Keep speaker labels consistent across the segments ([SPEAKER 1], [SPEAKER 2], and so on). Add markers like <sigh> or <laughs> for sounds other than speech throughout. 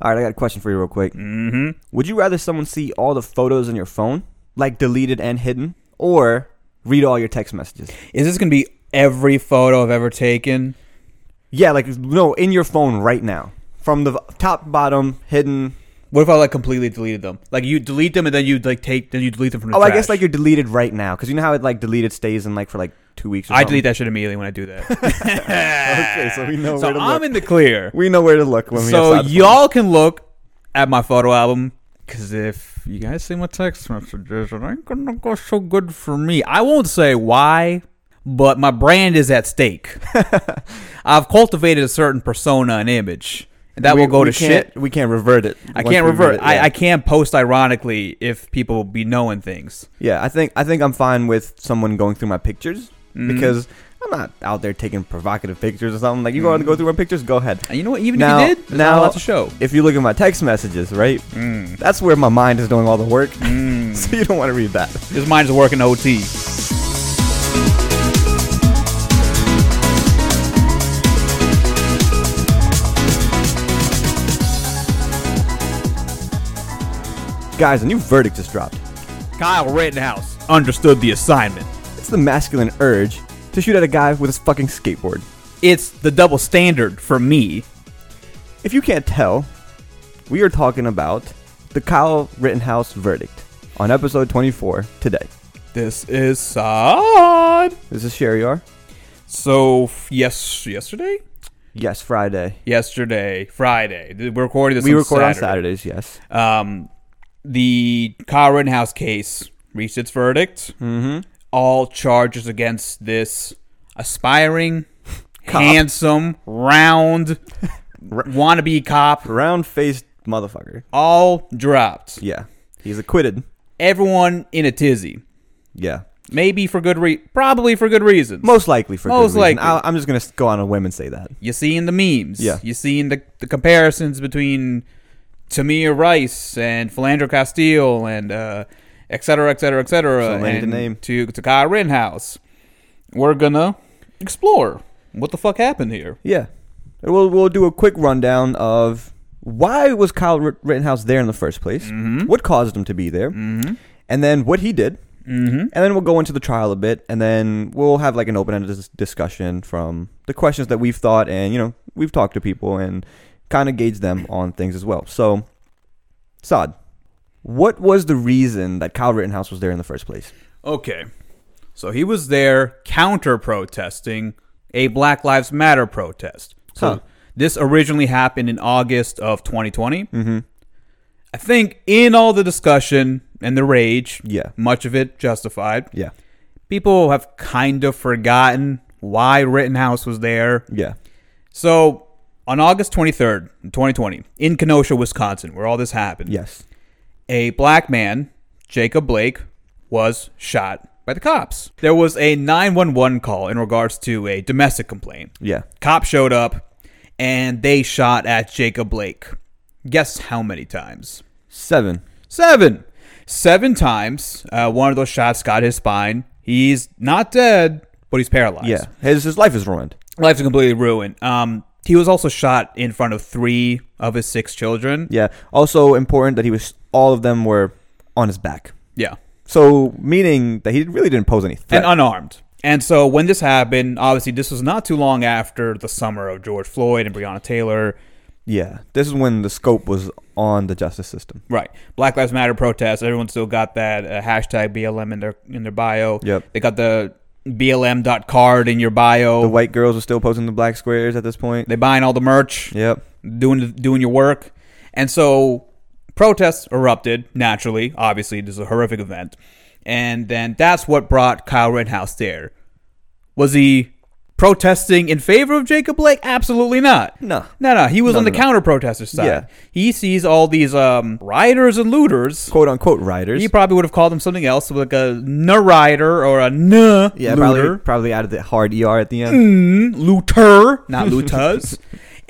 [SPEAKER 1] All right, I got a question for you, real quick.
[SPEAKER 2] Mm-hmm.
[SPEAKER 1] Would you rather someone see all the photos on your phone, like deleted and hidden, or read all your text messages?
[SPEAKER 2] Is this gonna be every photo I've ever taken?
[SPEAKER 1] Yeah, like no, in your phone right now, from the top, bottom, hidden.
[SPEAKER 2] What if I like completely deleted them? Like you delete them and then you like take then you delete them from the
[SPEAKER 1] Oh, I guess
[SPEAKER 2] trash.
[SPEAKER 1] like you're deleted right now, because you know how it like deleted stays in like for like two weeks. Or
[SPEAKER 2] I
[SPEAKER 1] something?
[SPEAKER 2] delete that shit immediately when I do
[SPEAKER 1] <laughs>
[SPEAKER 2] that. <laughs> okay,
[SPEAKER 1] so we know
[SPEAKER 2] So
[SPEAKER 1] where to
[SPEAKER 2] I'm
[SPEAKER 1] look.
[SPEAKER 2] in
[SPEAKER 1] <laughs>
[SPEAKER 2] the clear.
[SPEAKER 1] We know where to look when we.
[SPEAKER 2] So
[SPEAKER 1] have side
[SPEAKER 2] y'all can look at my photo album because if you guys see my text messages, it ain't gonna go so good for me. I won't say why, but my brand is
[SPEAKER 1] <laughs>
[SPEAKER 2] at stake. I've cultivated a certain persona and image, and that
[SPEAKER 1] We-
[SPEAKER 2] will go
[SPEAKER 1] we
[SPEAKER 2] to
[SPEAKER 1] can't-
[SPEAKER 2] shit.
[SPEAKER 1] We can't revert it.
[SPEAKER 2] I
[SPEAKER 1] once
[SPEAKER 2] can't
[SPEAKER 1] we
[SPEAKER 2] revert.
[SPEAKER 1] read it,
[SPEAKER 2] I,
[SPEAKER 1] yeah.
[SPEAKER 2] I can't post ironically if people be knowing things.
[SPEAKER 1] Yeah, I think I think I'm fine with someone going through my pictures
[SPEAKER 2] Mhm.
[SPEAKER 1] because I'm not out there taking provocative pictures or something. Like you
[SPEAKER 2] Mm-hmm.
[SPEAKER 1] want to go through my pictures, go ahead.
[SPEAKER 2] And you know what? Even
[SPEAKER 1] Now-
[SPEAKER 2] if you did, there's
[SPEAKER 1] now-
[SPEAKER 2] not a lot to show.
[SPEAKER 1] If you look at my text messages, right?
[SPEAKER 2] Mm.
[SPEAKER 1] That's where my mind is doing all the work.
[SPEAKER 2] Mm.
[SPEAKER 1] <laughs> So you don't want to read that.
[SPEAKER 2] His mind is working OT.
[SPEAKER 1] Guys, a new verdict just dropped.
[SPEAKER 2] Kyle Rittenhouse understood the assignment.
[SPEAKER 1] It's the masculine urge to shoot at a guy with his fucking skateboard.
[SPEAKER 2] It's the double standard for me.
[SPEAKER 1] If you can't tell, we are talking about the Kyle Rittenhouse verdict on episode 24 today.
[SPEAKER 2] This is sad.
[SPEAKER 1] This is Sherry R.
[SPEAKER 2] So f- yes, yesterday,
[SPEAKER 1] Yes, Friday.
[SPEAKER 2] yesterday, Friday. th- We're recording this.
[SPEAKER 1] we
[SPEAKER 2] on
[SPEAKER 1] record
[SPEAKER 2] Saturday.
[SPEAKER 1] on Saturdays, yes.
[SPEAKER 2] Um, the Kyle Rittenhouse case reached its verdict.
[SPEAKER 1] Mm-hmm.
[SPEAKER 2] All charges against this aspiring,
[SPEAKER 1] <laughs> Cop.
[SPEAKER 2] handsome,
[SPEAKER 1] <laughs>
[SPEAKER 2] round, wannabe cop
[SPEAKER 1] Round faced motherfucker.
[SPEAKER 2] all dropped.
[SPEAKER 1] Yeah. He's acquitted.
[SPEAKER 2] Everyone in a tizzy.
[SPEAKER 1] Yeah.
[SPEAKER 2] Maybe for good re, probably for good reasons.
[SPEAKER 1] Most likely for
[SPEAKER 2] Most
[SPEAKER 1] good reason.
[SPEAKER 2] likely.
[SPEAKER 1] I, I'm just gonna go on a whim and say that.
[SPEAKER 2] You're seeing the memes.
[SPEAKER 1] Yeah.
[SPEAKER 2] You're seeing the, the comparisons between Tamir Rice and Philandro Castile and uh, et cetera, et cetera, et cetera.
[SPEAKER 1] So many to
[SPEAKER 2] and
[SPEAKER 1] name.
[SPEAKER 2] To, to Kyle Rittenhouse. We're going to explore what the fuck happened here.
[SPEAKER 1] Yeah. We'll we'll do a quick rundown of why was Kyle Rit- Rittenhouse there in the first place? What caused him to be there?
[SPEAKER 2] Mm-hmm.
[SPEAKER 1] And then what he did.
[SPEAKER 2] Mm-hmm.
[SPEAKER 1] And then we'll go into the trial a bit, and then we'll have like an open-ended dis- discussion from the questions that we've thought, and you know we've talked to people and kind of gauge them on things as well. So, Saad, what was the reason that Kyle Rittenhouse was there in the first place?
[SPEAKER 2] Okay. So he was there counter protesting a Black Lives Matter protest. So
[SPEAKER 1] Huh.
[SPEAKER 2] this originally happened in August of 2020.
[SPEAKER 1] Mm-hmm.
[SPEAKER 2] I think in all the discussion and the rage,
[SPEAKER 1] Yeah,
[SPEAKER 2] much of it justified,
[SPEAKER 1] yeah,
[SPEAKER 2] people have kind of forgotten why Rittenhouse was there.
[SPEAKER 1] yeah.
[SPEAKER 2] So on August 23rd, 2020, in Kenosha, Wisconsin, where all this happened,
[SPEAKER 1] Yes.
[SPEAKER 2] a black man, Jacob Blake, was shot by the cops. There was a 911 call in regards to a domestic complaint.
[SPEAKER 1] Yeah.
[SPEAKER 2] Cop showed up and they shot at Jacob Blake. Guess how many times?
[SPEAKER 1] Seven.
[SPEAKER 2] Seven. Seven times. Uh, one of those shots got his spine. He's not dead, but he's paralyzed.
[SPEAKER 1] Yeah. His his life is ruined.
[SPEAKER 2] Life's completely ruined. Um, he was also shot in front of three of his six children.
[SPEAKER 1] Yeah. Also important that he was all of them were on his back.
[SPEAKER 2] Yeah.
[SPEAKER 1] So meaning that he really didn't pose any threat.
[SPEAKER 2] And unarmed. And so when this happened, obviously this was not too long after the summer of George Floyd and Breonna Taylor.
[SPEAKER 1] yeah. This is when the scope was on the justice system.
[SPEAKER 2] Right. Black Lives Matter protests. Everyone still got that uh, hashtag BLM in their in their bio.
[SPEAKER 1] Yep.
[SPEAKER 2] They got the BLM dot card in your bio.
[SPEAKER 1] The white girls were still posting the black squares at this point.
[SPEAKER 2] they buying all the merch.
[SPEAKER 1] Yep.
[SPEAKER 2] doing doing your work. And so protests erupted naturally. Obviously, this is a horrific event. And then that's what brought Kyle Rittenhouse there. Was he protesting in favor of Jacob Blake? Absolutely not.
[SPEAKER 1] No.
[SPEAKER 2] No, no. He was
[SPEAKER 1] No,
[SPEAKER 2] on the
[SPEAKER 1] no, no.
[SPEAKER 2] counter protester side.
[SPEAKER 1] Yeah.
[SPEAKER 2] He sees all these um, rioters and looters.
[SPEAKER 1] Quote unquote riders.
[SPEAKER 2] He probably would have called them something else, like a n rider or a n
[SPEAKER 1] yeah,
[SPEAKER 2] looter
[SPEAKER 1] E Mm. probably probably added the hard ER at the end. <laughs>
[SPEAKER 2] mm, looter, not looters.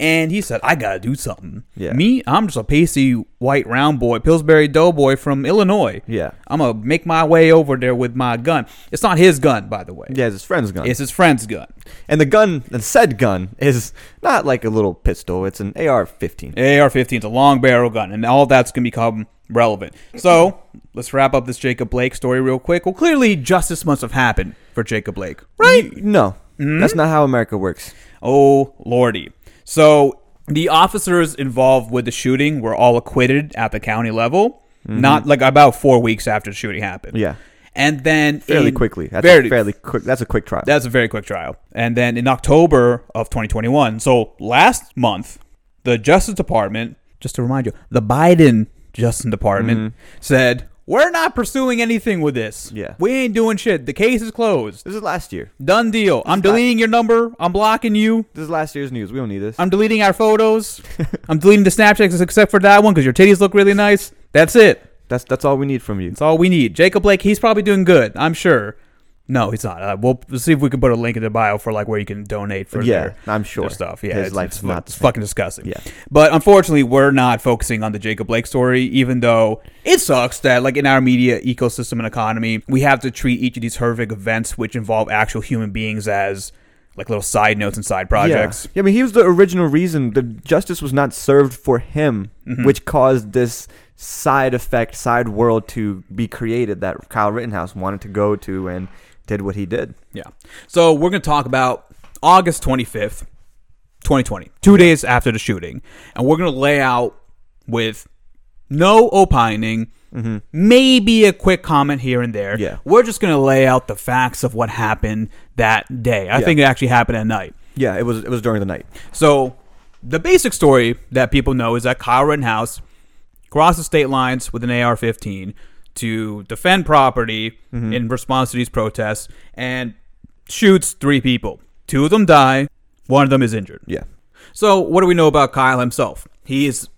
[SPEAKER 2] And he said, I gotta do something.
[SPEAKER 1] Yeah.
[SPEAKER 2] Me, I'm just a pasty white round boy, Pillsbury Doughboy from Illinois.
[SPEAKER 1] Yeah.
[SPEAKER 2] I'm gonna make my way over there with my gun. It's not his gun, by the way.
[SPEAKER 1] Yeah, it's his friend's gun.
[SPEAKER 2] It's his friend's gun.
[SPEAKER 1] and the gun, the said gun, is not like a little pistol. It's an AR-15.
[SPEAKER 2] AR 15 is a long barrel gun, and all that's going to become relevant. So, let's wrap up this Jacob Blake story real quick. Well, clearly, justice must have happened for Jacob Blake, right?
[SPEAKER 1] You- no, that's not how America works.
[SPEAKER 2] Oh, lordy. So, the officers involved with the shooting were all acquitted at the county level, not like about four weeks after the shooting happened.
[SPEAKER 1] Mm-hmm. Yeah,
[SPEAKER 2] And then
[SPEAKER 1] fairly
[SPEAKER 2] in-
[SPEAKER 1] quickly. That's
[SPEAKER 2] fairly,
[SPEAKER 1] a fairly quick. That's a quick trial.
[SPEAKER 2] That's a very quick trial. And then in October of 2021, so last month, the Justice Department, just to remind you, the Biden Justice Department said, We're not pursuing anything with this.
[SPEAKER 1] Mm-hmm. Yeah.
[SPEAKER 2] We ain't doing shit. The case is closed.
[SPEAKER 1] this is last year.
[SPEAKER 2] Done deal. I'm deleting your number. I'm blocking you.
[SPEAKER 1] This is last year's news. We don't need this.
[SPEAKER 2] I'm deleting our photos. <laughs> I'm deleting the Snapchats except for that one because your titties look really nice. That's it.
[SPEAKER 1] That's that's all we need from you.
[SPEAKER 2] It's all we need. Jacob Blake, he's probably doing good, I'm sure. No, he's not. Uh, we'll we'll see if we can put a link in the bio for like where you can donate for
[SPEAKER 1] Yeah,
[SPEAKER 2] their,
[SPEAKER 1] I'm sure.
[SPEAKER 2] their stuff. Yeah,
[SPEAKER 1] His
[SPEAKER 2] it's,
[SPEAKER 1] life's
[SPEAKER 2] it's,
[SPEAKER 1] not
[SPEAKER 2] it's
[SPEAKER 1] the same.
[SPEAKER 2] fucking disgusting.
[SPEAKER 1] Yeah.
[SPEAKER 2] but unfortunately, we're not focusing on the Jacob Blake story, even though it sucks that like in our media ecosystem and economy, we have to treat each of these horrific events, which involve actual human beings, as like little side notes and side projects.
[SPEAKER 1] Yeah. yeah, I mean, he was the original reason the justice was not served for him, which caused this side effect, side world to be created that Kyle Rittenhouse wanted to go to and did what he did.
[SPEAKER 2] Yeah. So we're going to talk about August 25th, 2020, two days after the shooting. And we're going to lay out with no opining, maybe a quick comment here and there.
[SPEAKER 1] Yeah.
[SPEAKER 2] We're just going to lay out the facts of what happened that day. I think it actually happened at night.
[SPEAKER 1] Yeah, it was it was during the night.
[SPEAKER 2] So the basic story that people know is that Kyle Rittenhouse crossed the state lines with an AR-15 to defend property
[SPEAKER 1] Mm-hmm.
[SPEAKER 2] in response to these protests and shoots three people. Two of them die. One of them is injured.
[SPEAKER 1] Yeah,
[SPEAKER 2] So what do we know about Kyle himself? He is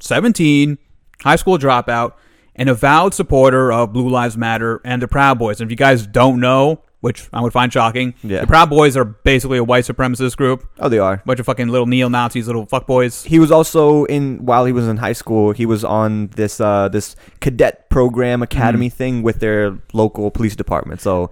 [SPEAKER 2] 17, high school dropout, an avowed supporter of Blue Lives Matter and the Proud Boys. And if you guys don't know, which I would find shocking,
[SPEAKER 1] Yeah.
[SPEAKER 2] the Proud Boys are basically a white supremacist group
[SPEAKER 1] oh, they are.
[SPEAKER 2] bunch of fucking little neo Nazis, little fuckboys.
[SPEAKER 1] He was also in while he was in high school. He was on this uh, this cadet program academy thing with their local police department. So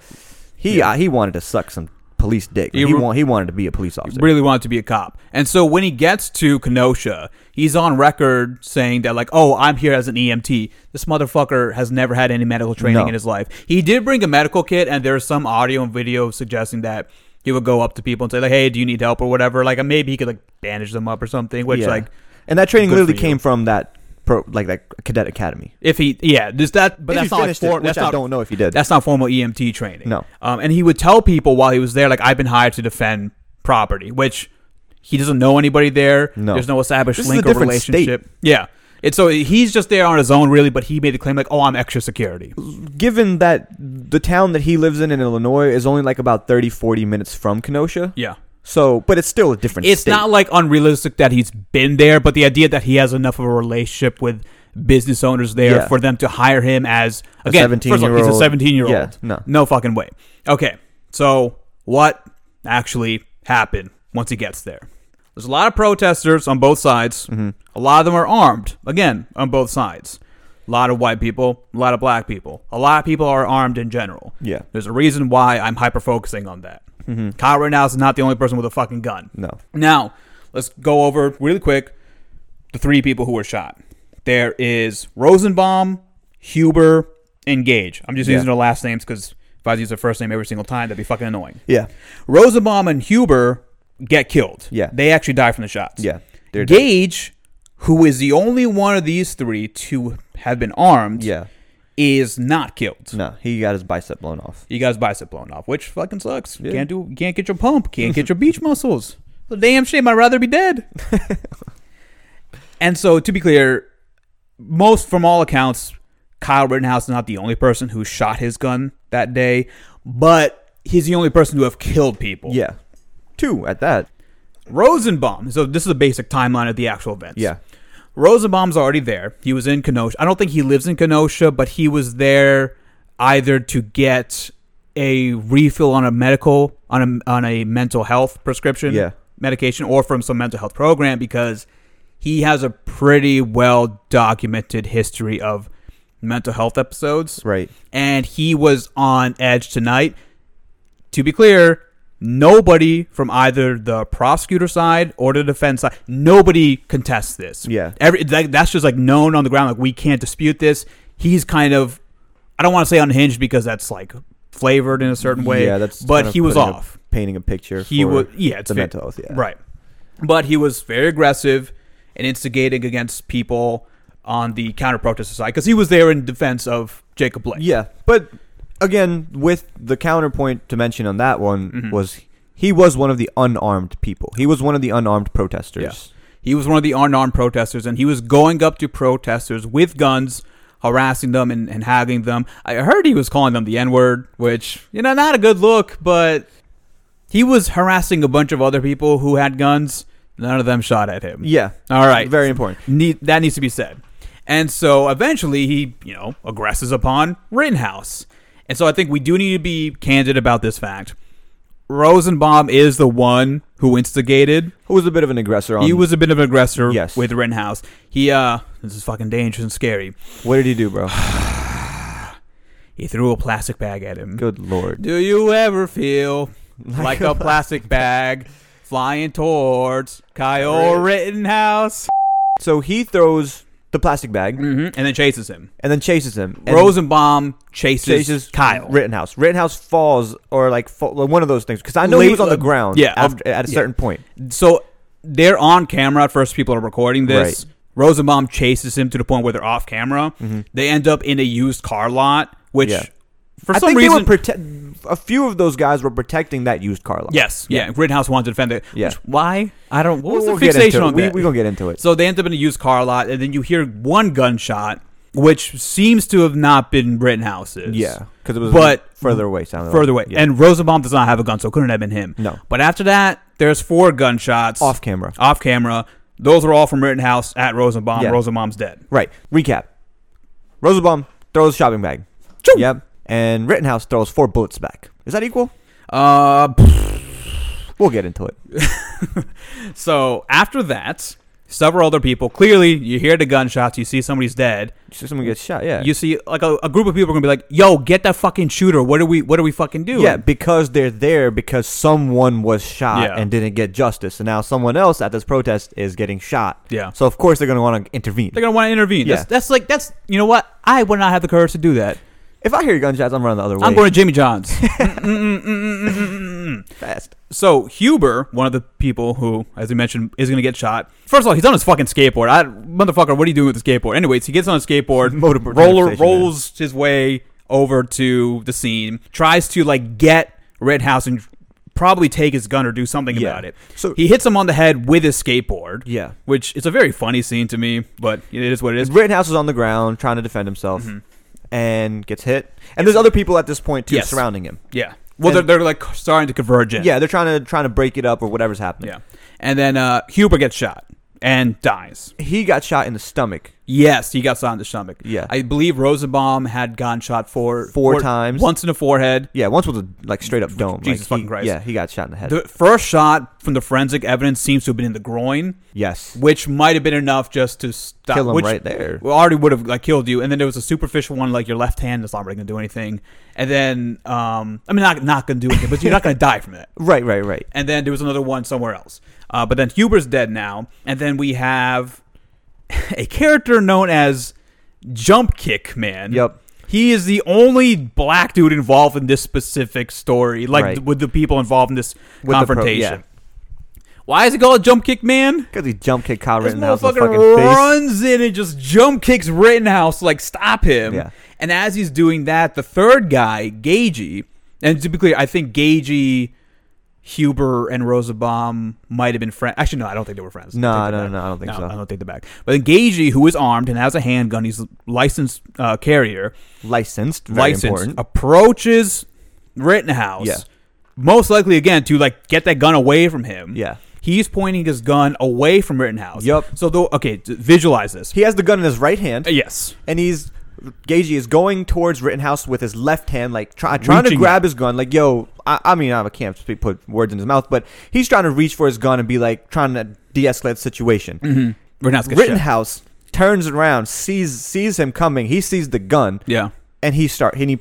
[SPEAKER 1] he uh, he wanted to suck some police dick.
[SPEAKER 2] He
[SPEAKER 1] He,
[SPEAKER 2] re-
[SPEAKER 1] wa- he wanted to be a police officer.
[SPEAKER 2] Really wanted to be a cop. And so when he gets to Kenosha, he's on record saying that, like, oh, I'm here as an EMT. This motherfucker has never had any medical training
[SPEAKER 1] No.
[SPEAKER 2] in his life. He did bring a medical kit, and there's some audio and video suggesting that he would go up to people and say, like, hey, do you need help or whatever? Like, maybe he could, like, bandage them up or something, which,
[SPEAKER 1] Yeah.
[SPEAKER 2] like,
[SPEAKER 1] and that training
[SPEAKER 2] good
[SPEAKER 1] literally
[SPEAKER 2] for you.
[SPEAKER 1] came from that pro like that cadet academy.
[SPEAKER 2] if he, yeah, does that, but
[SPEAKER 1] If
[SPEAKER 2] that's
[SPEAKER 1] you
[SPEAKER 2] not like
[SPEAKER 1] finished it,
[SPEAKER 2] for,
[SPEAKER 1] which
[SPEAKER 2] that's
[SPEAKER 1] I
[SPEAKER 2] not
[SPEAKER 1] don't know if you did.
[SPEAKER 2] That's not formal EMT training.
[SPEAKER 1] No.
[SPEAKER 2] Um, and he would tell people while he was there, like, I've been hired to defend property, which he doesn't know anybody there.
[SPEAKER 1] No.
[SPEAKER 2] There's no established
[SPEAKER 1] This is a
[SPEAKER 2] link or
[SPEAKER 1] different
[SPEAKER 2] relationship. Yeah. And so he's just there on his own, really, but he made the claim, like, oh, I'm extra security.
[SPEAKER 1] given that the town that he lives in in Illinois is only like about 30 40 minutes from Kenosha.
[SPEAKER 2] Yeah.
[SPEAKER 1] So, but it's still a different
[SPEAKER 2] It's
[SPEAKER 1] state.
[SPEAKER 2] not like unrealistic that he's been there, but the idea that he has enough of a relationship with business owners there
[SPEAKER 1] Yeah.
[SPEAKER 2] for them to hire him as again, first of all,
[SPEAKER 1] 17-year-old.
[SPEAKER 2] He's a seventeen-year-old.
[SPEAKER 1] Yeah, no.
[SPEAKER 2] no fucking way. Okay, so what actually happened once he gets there? There's a lot of protesters on both sides.
[SPEAKER 1] Mm-hmm.
[SPEAKER 2] A lot of them are armed. Again, on both sides. A lot of white people, a lot of black people. A lot of people are armed in general.
[SPEAKER 1] Yeah. Mm-hmm.
[SPEAKER 2] There's a reason why I'm hyper focusing on that. Kyle Rittenhouse is not the only person with a fucking gun.
[SPEAKER 1] No.
[SPEAKER 2] Now, let's go over really quick the three people who were shot. There is Rosenbaum, Huber, and Gage. I'm just
[SPEAKER 1] Yeah.
[SPEAKER 2] using their last names because if I use their first name every single time, that'd be fucking annoying.
[SPEAKER 1] Yeah.
[SPEAKER 2] Rosenbaum and Huber get killed.
[SPEAKER 1] Yeah.
[SPEAKER 2] They actually die from the shots.
[SPEAKER 1] Yeah. They're dead.
[SPEAKER 2] Gage, who is the only one of these three to have been armed,
[SPEAKER 1] Yeah.
[SPEAKER 2] is not killed.
[SPEAKER 1] No, he got his bicep blown off.
[SPEAKER 2] You guys bicep blown off, which fucking sucks. Can't do, can't get your pump, can't
[SPEAKER 1] <laughs>
[SPEAKER 2] get your beach muscles. Well, damn shame, I'd rather be dead. and so, to be clear, most from all accounts, Kyle Rittenhouse is not the only person who shot his gun that day, but he's the only person to have killed people.
[SPEAKER 1] Yeah. Two at that.
[SPEAKER 2] Rosenbaum. So this is a basic timeline of the actual events.
[SPEAKER 1] Yeah.
[SPEAKER 2] Rosenbaum's already there. He was in Kenosha. I don't think he lives in Kenosha, but he was there either to get a refill on a medical on a on a mental health prescription
[SPEAKER 1] Yeah.
[SPEAKER 2] medication or from some mental health program because he has a pretty well documented history of mental health episodes
[SPEAKER 1] Right.
[SPEAKER 2] and he was on edge tonight. To be clear, nobody from either the prosecutor side or the defense side, nobody contests this.
[SPEAKER 1] Yeah.
[SPEAKER 2] Every like, that's just like known on the ground. Like we can't dispute this. He's kind of, I don't want to say unhinged because that's like flavored in a certain way.
[SPEAKER 1] Yeah, that's
[SPEAKER 2] but
[SPEAKER 1] kind of
[SPEAKER 2] he was
[SPEAKER 1] putting a-
[SPEAKER 2] off.
[SPEAKER 1] Painting a picture.
[SPEAKER 2] He
[SPEAKER 1] for
[SPEAKER 2] was yeah, it's
[SPEAKER 1] the
[SPEAKER 2] fair.
[SPEAKER 1] mental health. Yeah.
[SPEAKER 2] Right. But he was very aggressive and instigating against people on the counter protester side because he was there in defense of Jacob Blake.
[SPEAKER 1] Yeah, but again, with the counterpoint to mention on that one
[SPEAKER 2] Mhm.
[SPEAKER 1] was he was one of the unarmed people. He was one of the unarmed protesters.
[SPEAKER 2] He was one of the unarmed protesters, and he was going up to protesters with guns, harassing them and, and haggling them. I heard he was calling them the N word, which, you know, not a good look, but he was harassing a bunch of other people who had guns. None of them shot at him.
[SPEAKER 1] Yeah.
[SPEAKER 2] All right.
[SPEAKER 1] Very important.
[SPEAKER 2] Need, that needs to be said. And so eventually he, you know, aggresses upon Rittenhouse. And so I think we do need to be candid about this fact. Rosenbaum is the one who instigated
[SPEAKER 1] Who was a bit of an aggressor on
[SPEAKER 2] he was a bit of an aggressor
[SPEAKER 1] Um, Yes.
[SPEAKER 2] with Renhouse. He uh this is fucking dangerous and scary.
[SPEAKER 1] What did he do,
[SPEAKER 2] <sighs>
[SPEAKER 1] bro?
[SPEAKER 2] He threw a plastic bag at him.
[SPEAKER 1] Good lord.
[SPEAKER 2] Do you
[SPEAKER 1] <laughs>
[SPEAKER 2] ever feel like a plastic bag flying towards Kyle Rittenhouse?
[SPEAKER 1] So he throws the plastic bag
[SPEAKER 2] hmm And then chases him.
[SPEAKER 1] and then chases him. And
[SPEAKER 2] Rosenbaum chases,
[SPEAKER 1] chases
[SPEAKER 2] Kyle.
[SPEAKER 1] Rittenhouse. Rittenhouse falls or like fa- well, one of those things because I know he
[SPEAKER 2] Late- uh,
[SPEAKER 1] was on the ground.
[SPEAKER 2] yeah, um,
[SPEAKER 1] after- at a
[SPEAKER 2] yeah.
[SPEAKER 1] certain point.
[SPEAKER 2] so they're on camera at first. People are recording this. Rosenbaum chases him to the point where they're off camera. They end up in a used car lot, which
[SPEAKER 1] Mm-hmm. Yeah.
[SPEAKER 2] for
[SPEAKER 1] I
[SPEAKER 2] some
[SPEAKER 1] think
[SPEAKER 2] reason
[SPEAKER 1] they were prote- a few of those guys were protecting that used car lot.
[SPEAKER 2] Yes, yeah. Rittenhouse wanted to defend it.
[SPEAKER 1] Yeah.
[SPEAKER 2] Which, why? I don't. What was
[SPEAKER 1] We'll
[SPEAKER 2] the
[SPEAKER 1] get into
[SPEAKER 2] fixation
[SPEAKER 1] it.
[SPEAKER 2] on
[SPEAKER 1] we,
[SPEAKER 2] that?
[SPEAKER 1] We're gonna get into it.
[SPEAKER 2] so they end up in a used car lot, and then you hear one gunshot, which seems to have not been Rittenhouse's.
[SPEAKER 1] Yeah, because it was
[SPEAKER 2] But-
[SPEAKER 1] further away. Sounded
[SPEAKER 2] Further away,
[SPEAKER 1] like. Yeah.
[SPEAKER 2] and Rosenbaum does not have a gun, so it couldn't have been him.
[SPEAKER 1] No.
[SPEAKER 2] But after that, there's four gunshots
[SPEAKER 1] off camera.
[SPEAKER 2] off camera. Those are all from Rittenhouse at Rosenbaum.
[SPEAKER 1] Yeah.
[SPEAKER 2] Rosenbaum's dead.
[SPEAKER 1] Right. Recap. Rosenbaum throws shopping bag.
[SPEAKER 2] Choo!
[SPEAKER 1] Yep. And Rittenhouse throws four bullets back. Is that equal?
[SPEAKER 2] Uh,
[SPEAKER 1] We'll get into it.
[SPEAKER 2] so after that, several other people. Clearly, you hear the gunshots. You see somebody's dead.
[SPEAKER 1] So someone gets shot. Yeah.
[SPEAKER 2] you see like a, a group of people are gonna be like yo get that fucking shooter what do we what do we fucking do
[SPEAKER 1] yeah, because they're there because someone was shot
[SPEAKER 2] Yeah.
[SPEAKER 1] and didn't get justice, and now someone else at this protest is getting shot.
[SPEAKER 2] Yeah.
[SPEAKER 1] So of course they're gonna want to intervene.
[SPEAKER 2] they're gonna want to intervene that's,
[SPEAKER 1] Yeah.
[SPEAKER 2] that's like that's you know what i would not have the courage to do that
[SPEAKER 1] if I hear gunshots, I'm running the other way.
[SPEAKER 2] i'm going to jimmy john's <laughs> Mm, mm, mm, mm, mm, mm, mm, mm.
[SPEAKER 1] fast.
[SPEAKER 2] so huber one of the people who as we mentioned is gonna get shot first of all he's on his fucking skateboard i motherfucker what are you doing with the skateboard anyways he gets on a
[SPEAKER 1] <laughs>
[SPEAKER 2] skateboard
[SPEAKER 1] Motorboat
[SPEAKER 2] roller
[SPEAKER 1] station, man.
[SPEAKER 2] rolls his way over to the scene tries to like get red house and probably take his gun or do something
[SPEAKER 1] Yeah.
[SPEAKER 2] about it
[SPEAKER 1] So
[SPEAKER 2] He hits him on the head with his skateboard,
[SPEAKER 1] yeah,
[SPEAKER 2] which is a very funny scene to me, but it is what it is.
[SPEAKER 1] Rittenhouse is on the ground trying to defend himself
[SPEAKER 2] Mhm.
[SPEAKER 1] and gets hit. And there's other people at this point too
[SPEAKER 2] Yes.
[SPEAKER 1] surrounding him.
[SPEAKER 2] Yeah. Well, they're,
[SPEAKER 1] And-
[SPEAKER 2] they're like starting to converge
[SPEAKER 1] Yeah.
[SPEAKER 2] in.
[SPEAKER 1] they're trying to trying to break it up or whatever's happening.
[SPEAKER 2] Yeah. And then uh, Huber gets shot and dies.
[SPEAKER 1] He got shot in the stomach.
[SPEAKER 2] Yes, he got shot in the stomach.
[SPEAKER 1] Yeah.
[SPEAKER 2] I believe Rosenbaum had gotten shot four,
[SPEAKER 1] Four times.
[SPEAKER 2] Once in the forehead.
[SPEAKER 1] Yeah, once was a like straight up dome.
[SPEAKER 2] Jesus
[SPEAKER 1] like,
[SPEAKER 2] fucking
[SPEAKER 1] he,
[SPEAKER 2] Christ.
[SPEAKER 1] Yeah, he got shot in the head.
[SPEAKER 2] The first shot from the forensic evidence seems to have been in the groin,
[SPEAKER 1] yes,
[SPEAKER 2] which might have been enough just to stop.
[SPEAKER 1] kill him
[SPEAKER 2] which
[SPEAKER 1] right there.
[SPEAKER 2] Well, already would have like killed you, and then there was a superficial one like your left hand is not really gonna do anything, and then um, I mean not not gonna do anything, but you're not gonna <laughs> die from it.
[SPEAKER 1] Right, right, right.
[SPEAKER 2] And then there was another one somewhere else, uh, but then Huber's dead now, and then we have <laughs> a character known as Jump Kick Man.
[SPEAKER 1] Yep.
[SPEAKER 2] He is the only black dude involved in this specific story, like
[SPEAKER 1] Right.
[SPEAKER 2] with the people involved in this
[SPEAKER 1] With the pro-
[SPEAKER 2] confrontation.
[SPEAKER 1] yeah.
[SPEAKER 2] Why is it called Jump Kick Man?
[SPEAKER 1] Because he jump kicked Kyle
[SPEAKER 2] This
[SPEAKER 1] Rittenhouse in the
[SPEAKER 2] motherfucker
[SPEAKER 1] fucking face.
[SPEAKER 2] runs in and just jump kicks Rittenhouse, like stop him.
[SPEAKER 1] Yeah.
[SPEAKER 2] And as he's doing that, the third guy, Gagey, and to be clear, I think Gagey, Huber, and Rosenbaum might have been friends. Actually, no, I don't think they were friends.
[SPEAKER 1] No,
[SPEAKER 2] Take that
[SPEAKER 1] no,
[SPEAKER 2] back.
[SPEAKER 1] no, I don't think so.
[SPEAKER 2] I don't take the back. But then Gagey, who is armed and has a handgun, he's a licensed uh, carrier,
[SPEAKER 1] Licensed, very
[SPEAKER 2] licensed,
[SPEAKER 1] important.
[SPEAKER 2] approaches Rittenhouse.
[SPEAKER 1] Yeah.
[SPEAKER 2] Most likely, again, to like get that gun away from him.
[SPEAKER 1] yeah,
[SPEAKER 2] He's pointing his gun away from Rittenhouse.
[SPEAKER 1] Yup.
[SPEAKER 2] So though, okay, d- visualize this.
[SPEAKER 1] he has the gun in his right hand,
[SPEAKER 2] Uh, yes.
[SPEAKER 1] and he's Gagey is going towards Rittenhouse with his left hand, like try, trying to
[SPEAKER 2] Reaching
[SPEAKER 1] grab his gun, like yo, I, I mean, I can't speak, put words in his mouth, but he's trying to reach for his gun and be like trying to de-escalate the situation.
[SPEAKER 2] Mm-hmm. Rittenhouse gets shot.
[SPEAKER 1] Rittenhouse turns around, sees sees him coming. He sees the gun,
[SPEAKER 2] Yeah.
[SPEAKER 1] and he start and he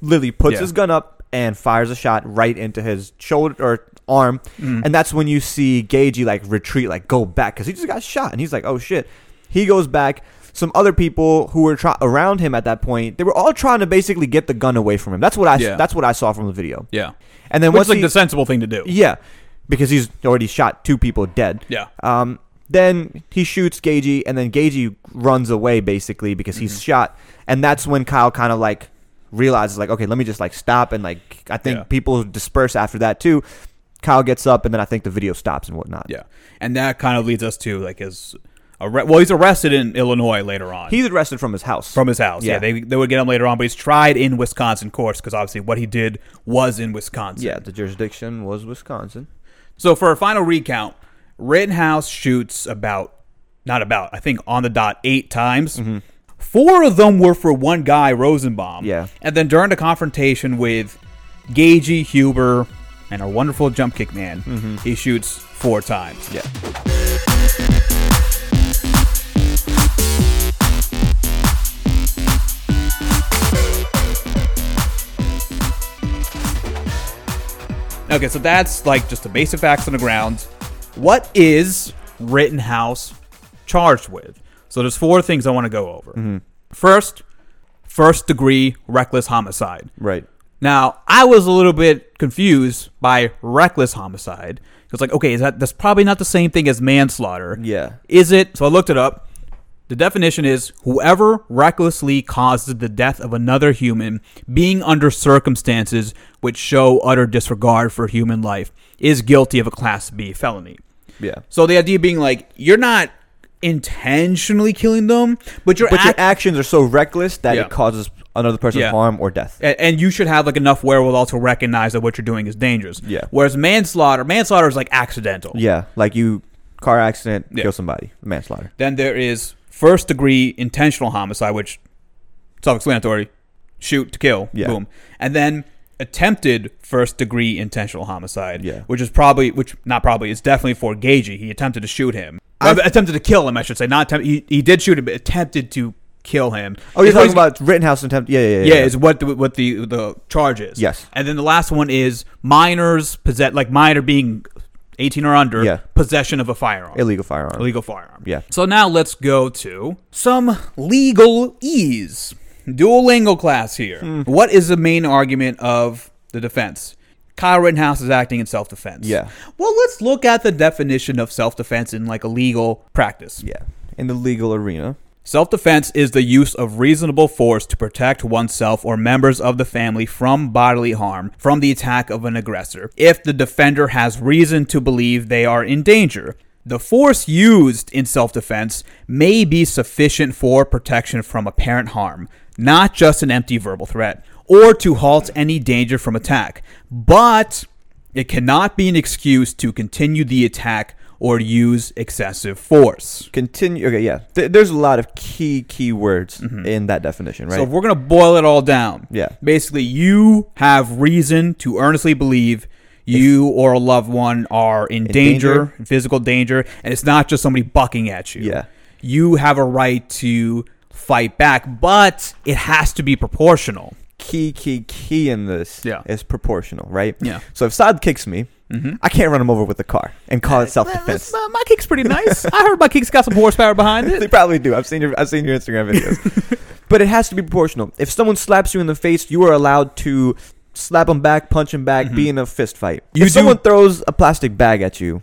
[SPEAKER 1] literally puts
[SPEAKER 2] Yeah.
[SPEAKER 1] his gun up and fires a shot right into his shoulder or arm.
[SPEAKER 2] Mhm.
[SPEAKER 1] And that's when you see Gagey like retreat, like go back because he just got shot, and he's like, "Oh shit!" He goes back. Some other people who were try- around him at that point, they were all trying to basically get the gun away from him. That's what I
[SPEAKER 2] Yeah.
[SPEAKER 1] that's what I saw from the video.
[SPEAKER 2] yeah.
[SPEAKER 1] And then
[SPEAKER 2] Which
[SPEAKER 1] once
[SPEAKER 2] is like
[SPEAKER 1] he-
[SPEAKER 2] the sensible thing to do.
[SPEAKER 1] yeah, because he's already shot two people dead.
[SPEAKER 2] Yeah.
[SPEAKER 1] Um, then he shoots Gagey, and then Gagey runs away basically because
[SPEAKER 2] Mm-hmm.
[SPEAKER 1] he's shot, and that's when Kyle kind of like realizes like, okay, let me just like stop and like I think
[SPEAKER 2] Yeah.
[SPEAKER 1] people disperse after that too. Kyle gets up, and then I think the video stops and whatnot.
[SPEAKER 2] Yeah. And that kind of leads us to like his arre- well, he's arrested in Illinois later on.
[SPEAKER 1] He's arrested from his house.
[SPEAKER 2] from his house. Yeah,
[SPEAKER 1] Yeah.
[SPEAKER 2] they, they would get him later on, but he's tried in Wisconsin courts because obviously what he did was in Wisconsin.
[SPEAKER 1] yeah, the jurisdiction was Wisconsin.
[SPEAKER 2] So for a final recount, Rittenhouse shoots about, not about, I think on the dot eight times.
[SPEAKER 1] Mm-hmm.
[SPEAKER 2] Four of them were for one guy, Rosenbaum.
[SPEAKER 1] Yeah.
[SPEAKER 2] And then during the confrontation with Gagey, Huber, and our wonderful jump kick man, he shoots four times.
[SPEAKER 1] Mm-hmm. Yeah.
[SPEAKER 2] Okay, so that's like just the basic facts on the ground. What is Rittenhouse charged with? So there's four things I want to go over.
[SPEAKER 1] Mm-hmm.
[SPEAKER 2] First, first degree reckless homicide.
[SPEAKER 1] Right.
[SPEAKER 2] Now, I was a little bit confused by reckless homicide. It's like, okay, is that that's probably not the same thing as manslaughter.
[SPEAKER 1] Yeah.
[SPEAKER 2] Is it? So I looked it up. The definition is whoever recklessly causes the death of another human, being under circumstances which show utter disregard for human life, is guilty of a Class B felony.
[SPEAKER 1] Yeah.
[SPEAKER 2] So the idea being like, you're not intentionally killing them, but you're,
[SPEAKER 1] But your
[SPEAKER 2] act-
[SPEAKER 1] actions are so reckless that
[SPEAKER 2] Yeah.
[SPEAKER 1] it causes another person
[SPEAKER 2] Yeah.
[SPEAKER 1] harm or death.
[SPEAKER 2] A- and you should have like enough wherewithal to recognize that what you're doing is dangerous.
[SPEAKER 1] Yeah.
[SPEAKER 2] Whereas manslaughter, manslaughter is like accidental.
[SPEAKER 1] Yeah, like you car accident,
[SPEAKER 2] Yeah.
[SPEAKER 1] kill somebody, manslaughter.
[SPEAKER 2] Then there is first degree intentional homicide, which self-explanatory, shoot to kill,
[SPEAKER 1] Yeah.
[SPEAKER 2] boom, and then attempted first degree intentional homicide,
[SPEAKER 1] Yeah.
[SPEAKER 2] which is probably which not probably it's definitely for Gagey. He attempted to shoot him,
[SPEAKER 1] I-
[SPEAKER 2] Uh, attempted to kill him, I should say. Not attempt, he, he did shoot him, but attempted to kill him.
[SPEAKER 1] Oh, you're
[SPEAKER 2] Is what
[SPEAKER 1] talking
[SPEAKER 2] he's-
[SPEAKER 1] about Rittenhouse attempt. Yeah, yeah, yeah.
[SPEAKER 2] yeah, is what the, what the the charge is.
[SPEAKER 1] Yes.
[SPEAKER 2] And then the last one is minors possess like minor being 18 or under
[SPEAKER 1] Yeah.
[SPEAKER 2] possession of a firearm.
[SPEAKER 1] illegal firearm.
[SPEAKER 2] Illegal firearm.
[SPEAKER 1] Yeah.
[SPEAKER 2] So now let's go to some legal ease. Duolingo class here.
[SPEAKER 1] Hmm.
[SPEAKER 2] What is the main argument of the defense? Kyle Rittenhouse is acting in self-defense.
[SPEAKER 1] Yeah.
[SPEAKER 2] Well, let's look at the definition of self-defense in like a legal practice.
[SPEAKER 1] Yeah, in the legal arena.
[SPEAKER 2] Self defense is the use of reasonable force to protect oneself or members of the family from bodily harm from the attack of an aggressor, if the defender has reason to believe they are in danger. The force used in self defense may be sufficient for protection from apparent harm, not just an empty verbal threat, or to halt any danger from attack, but it cannot be an excuse to continue the attack or use excessive force.
[SPEAKER 1] Continue. Okay, yeah. Th- there's a lot of key key words in that definition, right?
[SPEAKER 2] Mm-hmm. So if we're gonna boil it all down,
[SPEAKER 1] Yeah.
[SPEAKER 2] basically you have reason to earnestly believe you or a loved one are in, danger,
[SPEAKER 1] danger.
[SPEAKER 2] in physical danger, and it's not just somebody bucking at you.
[SPEAKER 1] Yeah.
[SPEAKER 2] you have a right to fight back, but it has to be proportional.
[SPEAKER 1] key key key in this
[SPEAKER 2] Yeah.
[SPEAKER 1] is proportional, right?
[SPEAKER 2] Yeah. Mm-hmm.
[SPEAKER 1] So if Saad kicks me, I can't run him over with a car and call
[SPEAKER 2] Uh,
[SPEAKER 1] it self defense.
[SPEAKER 2] My, my kick's pretty nice. I heard my kick's got some horsepower behind
[SPEAKER 1] <laughs> they
[SPEAKER 2] it.
[SPEAKER 1] probably do. I've seen your I've seen your Instagram
[SPEAKER 2] <laughs>
[SPEAKER 1] videos. but it has to be proportional. If someone slaps you in the face, you are allowed to slap them back, punch them back, be in a fist fight.
[SPEAKER 2] Mm-hmm. You
[SPEAKER 1] if
[SPEAKER 2] do-
[SPEAKER 1] someone throws a plastic bag at
[SPEAKER 2] <laughs>
[SPEAKER 1] you,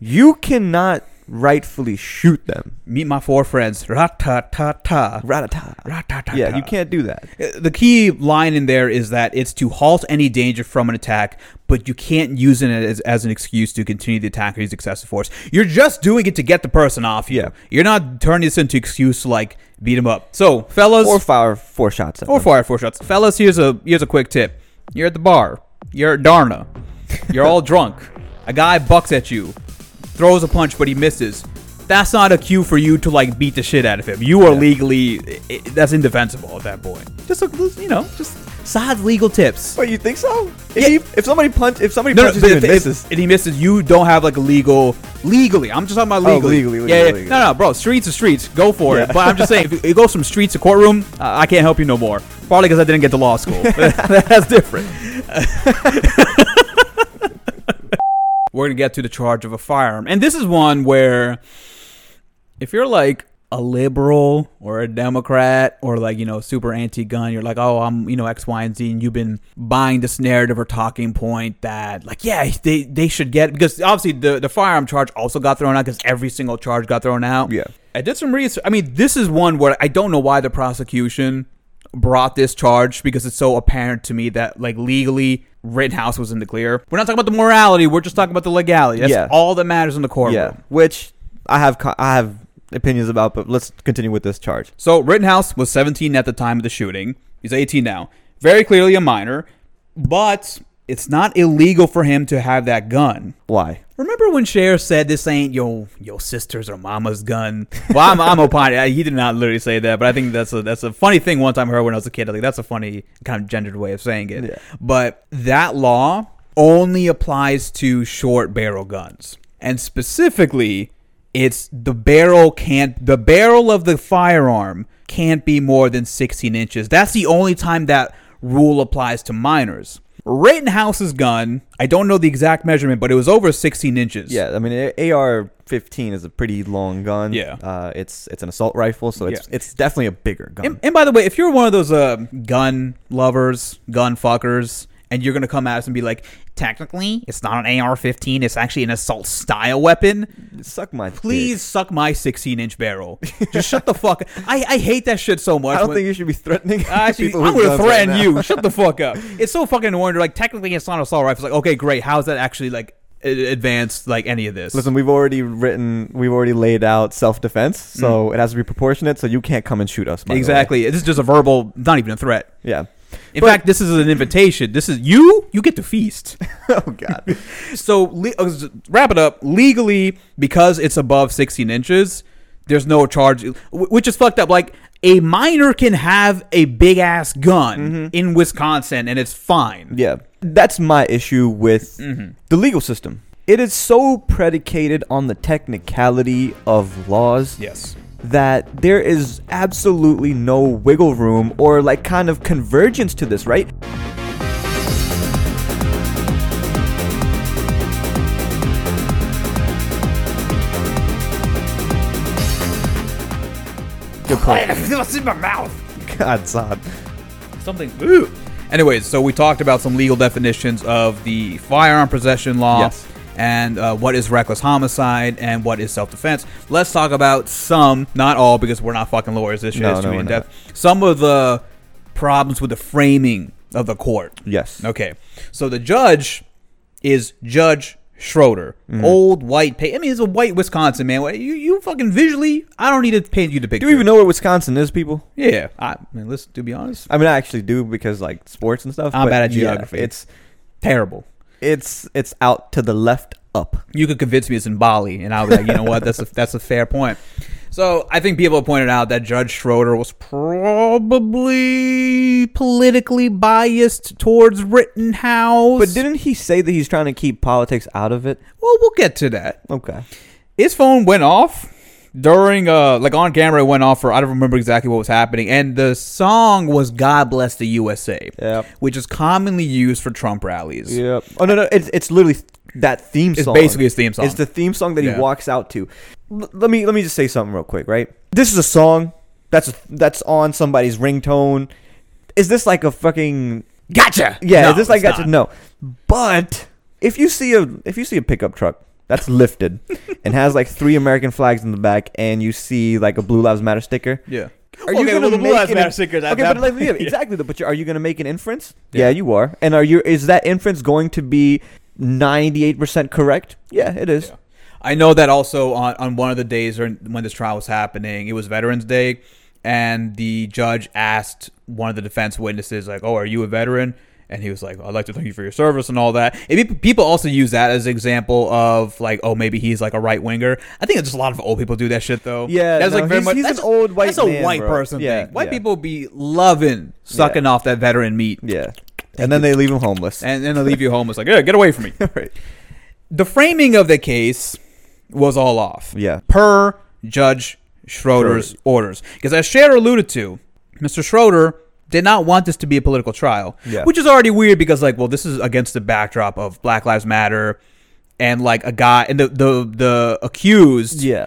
[SPEAKER 1] you cannot rightfully shoot them.
[SPEAKER 2] Meet my four friends. Rat ta ta ta.
[SPEAKER 1] Ratata.
[SPEAKER 2] Rat ta ta.
[SPEAKER 1] Yeah, you can't do that.
[SPEAKER 2] The key line in there is that it's to halt any danger from an attack, but you can't use it as, as an excuse to continue the attack or use excessive force. You're just doing it to get the person off you.
[SPEAKER 1] Yeah.
[SPEAKER 2] You're not turning this into excuse to like beat him up. So, fellas,
[SPEAKER 1] Or fire four shots at
[SPEAKER 2] or
[SPEAKER 1] them.
[SPEAKER 2] fire four shots. Fellas, here's a here's a quick tip. You're at the bar. You're at Darna. You're all <laughs> drunk. A guy bucks at you, throws a punch, but he misses. That's not a cue for you to like beat the shit out of him. You are
[SPEAKER 1] Yeah.
[SPEAKER 2] legally i- i- that's indefensible at that point. Just a, you know, just Sad's legal tips.
[SPEAKER 1] Wait, you think so? If,
[SPEAKER 2] Yeah.
[SPEAKER 1] he, if somebody punch, if somebody
[SPEAKER 2] No, no,
[SPEAKER 1] punches
[SPEAKER 2] but
[SPEAKER 1] you
[SPEAKER 2] if,
[SPEAKER 1] and
[SPEAKER 2] if,
[SPEAKER 1] misses,
[SPEAKER 2] if he misses, you don't have like a legal legally. I'm just talking about
[SPEAKER 1] Oh,
[SPEAKER 2] legally.
[SPEAKER 1] legally, legally,
[SPEAKER 2] yeah, yeah.
[SPEAKER 1] legally.
[SPEAKER 2] No, no, bro. Streets to streets. Go for
[SPEAKER 1] Yeah.
[SPEAKER 2] it. But I'm just saying, if it goes from streets to courtroom, uh, I can't help you no more. Probably because I didn't get to
[SPEAKER 1] <laughs>
[SPEAKER 2] law school. <laughs> That's different. <laughs> We're gonna get to the charge of a firearm, and this is one where, if you're like a liberal or a Democrat or like you know super anti-gun, you're like, oh, I'm you know X, Y, and Z, and you've been buying this narrative or talking point that like yeah they they should get because obviously the the firearm charge also got thrown out because every single charge got thrown out.
[SPEAKER 1] Yeah.
[SPEAKER 2] I did some research. I mean, this is one where I don't know why the prosecution brought this charge because it's so apparent to me that like legally Rittenhouse was in the clear. We're not talking about the morality. We're just talking about the legality. That's
[SPEAKER 1] Yeah.
[SPEAKER 2] all that matters in the courtroom.
[SPEAKER 1] yeah, which I have, co- I have opinions about, but let's continue with this charge.
[SPEAKER 2] So Rittenhouse was 17 at the time of the shooting. He's 18 now. Very clearly a minor, but it's not illegal for him to have that gun.
[SPEAKER 1] Why?
[SPEAKER 2] Remember when Cher said this ain't yo yo sister's or mama's gun? <laughs> Well, I'm I'm opining. Uh, He did not literally say that, but I think that's a that's a funny thing. One time I heard when I was a kid, I think that's a funny kind of gendered way of saying it.
[SPEAKER 1] Yeah.
[SPEAKER 2] But that law only applies to short barrel guns, and specifically, it's the barrel can't the barrel of the firearm can't be more than 16 inches. That's the only time that rule applies to minors. Rittenhouse's gun, I don't know the exact measurement, but it was over 16 inches.
[SPEAKER 1] Yeah, I mean, AR-15 is a pretty long gun.
[SPEAKER 2] Yeah.
[SPEAKER 1] uh, it's it's an assault rifle, so it's
[SPEAKER 2] Yeah.
[SPEAKER 1] it's definitely a bigger gun.
[SPEAKER 2] And, and by the way, if you're one of those uh, gun lovers, gun fuckers, and you're gonna come at us and be like, technically, it's not an AR-15, it's actually an assault style weapon.
[SPEAKER 1] Suck my dick.
[SPEAKER 2] Please suck my
[SPEAKER 1] <laughs>
[SPEAKER 2] 16-inch barrel. Just shut the fuck. I I hate that shit so much.
[SPEAKER 1] I don't
[SPEAKER 2] when-
[SPEAKER 1] think you should be <laughs> threatening.
[SPEAKER 2] Actually,
[SPEAKER 1] people
[SPEAKER 2] I'm
[SPEAKER 1] with
[SPEAKER 2] gonna
[SPEAKER 1] guns right
[SPEAKER 2] threaten
[SPEAKER 1] now.
[SPEAKER 2] you. Shut the
[SPEAKER 1] <laughs>
[SPEAKER 2] fuck up. It's so fucking annoying. They're like, technically, it's not an assault rifle. It's like, okay, great. How's that actually like a- advanced like any of this?
[SPEAKER 1] Listen, we've already written, we've already laid out self-defense, so it has to be proportionate. So you can't come and shoot us. by the way.
[SPEAKER 2] exactly. This is just a verbal, not even a threat.
[SPEAKER 1] Yeah. <laughs>
[SPEAKER 2] In
[SPEAKER 1] But-
[SPEAKER 2] fact, this is an invitation. This is you. You get to feast.
[SPEAKER 1] oh God.
[SPEAKER 2] so le- uh, s- wrap it up legally because it's above 16 inches there's no charge wh- which is fucked up like a minor can have a big ass gun in wisconsin and it's fine
[SPEAKER 1] Yeah. That's my issue with the legal system. It is so predicated on the technicality of laws
[SPEAKER 2] yes
[SPEAKER 1] that there is absolutely no wiggle room or like kind of convergence to this, right? Good
[SPEAKER 2] <laughs>
[SPEAKER 1] point.
[SPEAKER 2] what's in my mouth
[SPEAKER 1] God, Zod.
[SPEAKER 2] something ooh. anyways so we talked about some legal definitions of the firearm possession law
[SPEAKER 1] Yes.
[SPEAKER 2] and uh, what is reckless homicide and what is self-defense let's talk about some not all because we're not fucking lawyers this shit
[SPEAKER 1] No,
[SPEAKER 2] is too
[SPEAKER 1] no, we're
[SPEAKER 2] in depth some of the problems with the framing of the court
[SPEAKER 1] Yes.
[SPEAKER 2] Okay. So the judge is Judge Schroeder,
[SPEAKER 1] Mm-hmm.
[SPEAKER 2] old white. Pa- I mean, he's a white Wisconsin man. What- You you fucking visually, I don't need to paint you the picture.
[SPEAKER 1] Do we even know where Wisconsin is, people?
[SPEAKER 2] Yeah. I, I mean, listen. To be honest,
[SPEAKER 1] I mean, I actually do because like sports and stuff.
[SPEAKER 2] I'm
[SPEAKER 1] but
[SPEAKER 2] bad at
[SPEAKER 1] yeah,
[SPEAKER 2] geography.
[SPEAKER 1] it's
[SPEAKER 2] terrible.
[SPEAKER 1] it's it's out to the left up.
[SPEAKER 2] You could convince me it's in Bali, and I'll be like, you know what? That's a that's a fair point. So I think people have pointed out that Judge Schroeder was probably politically biased towards Rittenhouse.
[SPEAKER 1] But didn't he say that he's trying to keep politics out of it?
[SPEAKER 2] well, we'll get to that.
[SPEAKER 1] Okay.
[SPEAKER 2] his phone went off during uh like on camera it went off for i don't remember exactly what was happening and the song was god bless the usa
[SPEAKER 1] Yep.
[SPEAKER 2] which is commonly used for trump rallies
[SPEAKER 1] Yep. Oh no no, it's it's literally that theme
[SPEAKER 2] It's
[SPEAKER 1] song.
[SPEAKER 2] basically his theme song.
[SPEAKER 1] It's the theme song that
[SPEAKER 2] Yeah.
[SPEAKER 1] he walks out to. L- let me let me just say something real quick, right? This is a song that's that's on somebody's ringtone. Is this like a fucking
[SPEAKER 2] gotcha
[SPEAKER 1] yeah?
[SPEAKER 2] No,
[SPEAKER 1] is this like
[SPEAKER 2] it's
[SPEAKER 1] gotcha? No.
[SPEAKER 2] not.
[SPEAKER 1] But if you see a if you see a pickup truck that's
[SPEAKER 2] <laughs>
[SPEAKER 1] lifted and has like three American flags in the back, and you see like a Blue Lives Matter sticker,
[SPEAKER 2] yeah
[SPEAKER 1] Are you gonna make it in- Okay, but like, yeah,
[SPEAKER 2] <laughs> Yeah.
[SPEAKER 1] exactly. But you- are you going to make an inference?
[SPEAKER 2] Yeah.
[SPEAKER 1] Yeah. you are. And are you? Is that inference going to be ninety-eight percent correct? Yeah, it is.
[SPEAKER 2] Yeah. I know that also on, on one of the days during- when this trial was happening, it was Veterans Day, and the judge asked one of the defense witnesses, like, "Oh, are you a veteran?" and he was like, "I'd like to thank you for your service and all that." And pe- people also use that as an example of like, "Oh, maybe he's like a right winger." I think it's just a lot of old people do that shit though.
[SPEAKER 1] Yeah,
[SPEAKER 2] that's
[SPEAKER 1] no,
[SPEAKER 2] like very
[SPEAKER 1] he's-
[SPEAKER 2] much
[SPEAKER 1] he's
[SPEAKER 2] that's
[SPEAKER 1] an old white
[SPEAKER 2] That's a
[SPEAKER 1] man,
[SPEAKER 2] white
[SPEAKER 1] bro.
[SPEAKER 2] person
[SPEAKER 1] Yeah,
[SPEAKER 2] thing. White
[SPEAKER 1] yeah.
[SPEAKER 2] people be loving sucking off that veteran meat,
[SPEAKER 1] Yeah. And then they leave him homeless.
[SPEAKER 2] and then they leave you home. It's like, yeah, get away from me.
[SPEAKER 1] <laughs> right.
[SPEAKER 2] The framing of the case was all off
[SPEAKER 1] Yeah.
[SPEAKER 2] per Judge Schroeder's orders. Because as Scherer alluded to, Mr. Schroeder did not want this to be a political trial,
[SPEAKER 1] Yeah.
[SPEAKER 2] which is already weird because, like, well, this is against the backdrop of Black Lives Matter and, like, a guy, and the, the, the accused
[SPEAKER 1] Yeah.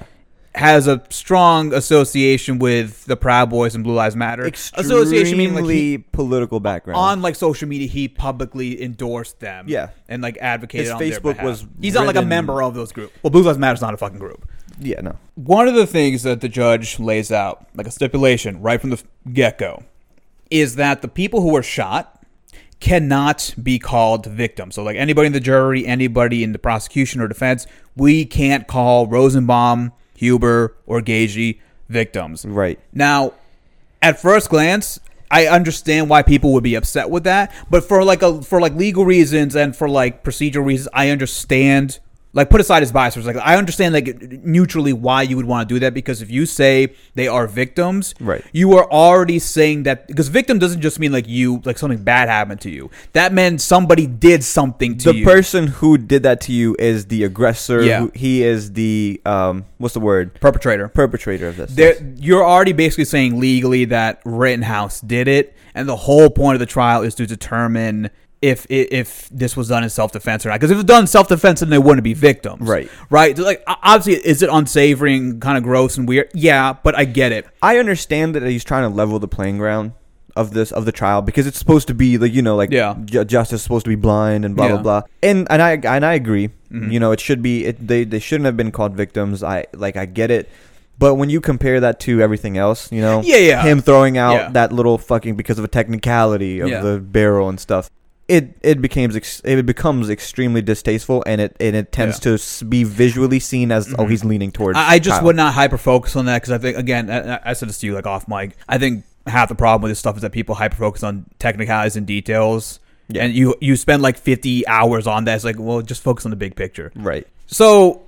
[SPEAKER 2] has a strong association with the Proud Boys and Blue Lives Matter. association meaning, like, he,
[SPEAKER 1] Extremely political background.
[SPEAKER 2] on, like, social media, he publicly endorsed them.
[SPEAKER 1] Yeah.
[SPEAKER 2] And, like, advocated
[SPEAKER 1] His
[SPEAKER 2] on their
[SPEAKER 1] Facebook
[SPEAKER 2] behalf.
[SPEAKER 1] was
[SPEAKER 2] He's not, like, a
[SPEAKER 1] written-
[SPEAKER 2] member of those group. Well, Blue Lives Matter's not a fucking group
[SPEAKER 1] yeah, no.
[SPEAKER 2] one of the things that the judge lays out, like a stipulation right from the get go, is that the people who were shot cannot be called victims. So, like anybody in the jury, anybody in the prosecution or defense, we can't call Rosenbaum, Huber, or Gagey victims.
[SPEAKER 1] Right.
[SPEAKER 2] Now, at first glance, I understand why people would be upset with that, but for like a for like legal reasons and for like procedural reasons, I understand. Like put aside his bias, for a second. I understand like neutrally why you would want to do that because if you say they are victims,
[SPEAKER 1] Right.
[SPEAKER 2] you are already saying that because victim doesn't just mean like you like something bad happened to you. That meant somebody did something to
[SPEAKER 1] the
[SPEAKER 2] you.
[SPEAKER 1] person who did that to you is the aggressor.
[SPEAKER 2] Yeah.
[SPEAKER 1] Who, he is the um what's the word?
[SPEAKER 2] perpetrator.
[SPEAKER 1] Perpetrator of this.
[SPEAKER 2] There, you're already basically saying legally that Rittenhouse did it, and the whole point of the trial is to determine if if, if this was done in self defense or not. Because if it was done in self defense, then they wouldn't be victims,
[SPEAKER 1] Right.
[SPEAKER 2] Right? Like o- obviously, is it unsavory and kind of gross and weird? Yeah, but I get it.
[SPEAKER 1] I understand that he's trying to level the playing ground of this of the trial because it's supposed to be like you know like
[SPEAKER 2] Yeah.
[SPEAKER 1] ju- justice is supposed to be blind and blah
[SPEAKER 2] Yeah. Mm-hmm.
[SPEAKER 1] blah blah and and I and I agree you know it should be it, they they shouldn't have been called victims I like I get it but when you compare that to everything else you know
[SPEAKER 2] Yeah, yeah.
[SPEAKER 1] him throwing out
[SPEAKER 2] Yeah.
[SPEAKER 1] that little fucking because of a technicality of
[SPEAKER 2] Yeah.
[SPEAKER 1] the barrel and stuff it it becomes ex- it becomes extremely distasteful and it and it tends to s- be visually seen as oh he's leaning towards
[SPEAKER 2] Mm-hmm. I, I just
[SPEAKER 1] Kyle.
[SPEAKER 2] would not hyper focus on that because I think again, I, I- I said this to you like off mic. I think half the problem with this stuff is that people hyper focus on technicalities and details.
[SPEAKER 1] Yeah.
[SPEAKER 2] And you you spend like 50 hours on that. It's like, well, just focus on the big picture.
[SPEAKER 1] right
[SPEAKER 2] So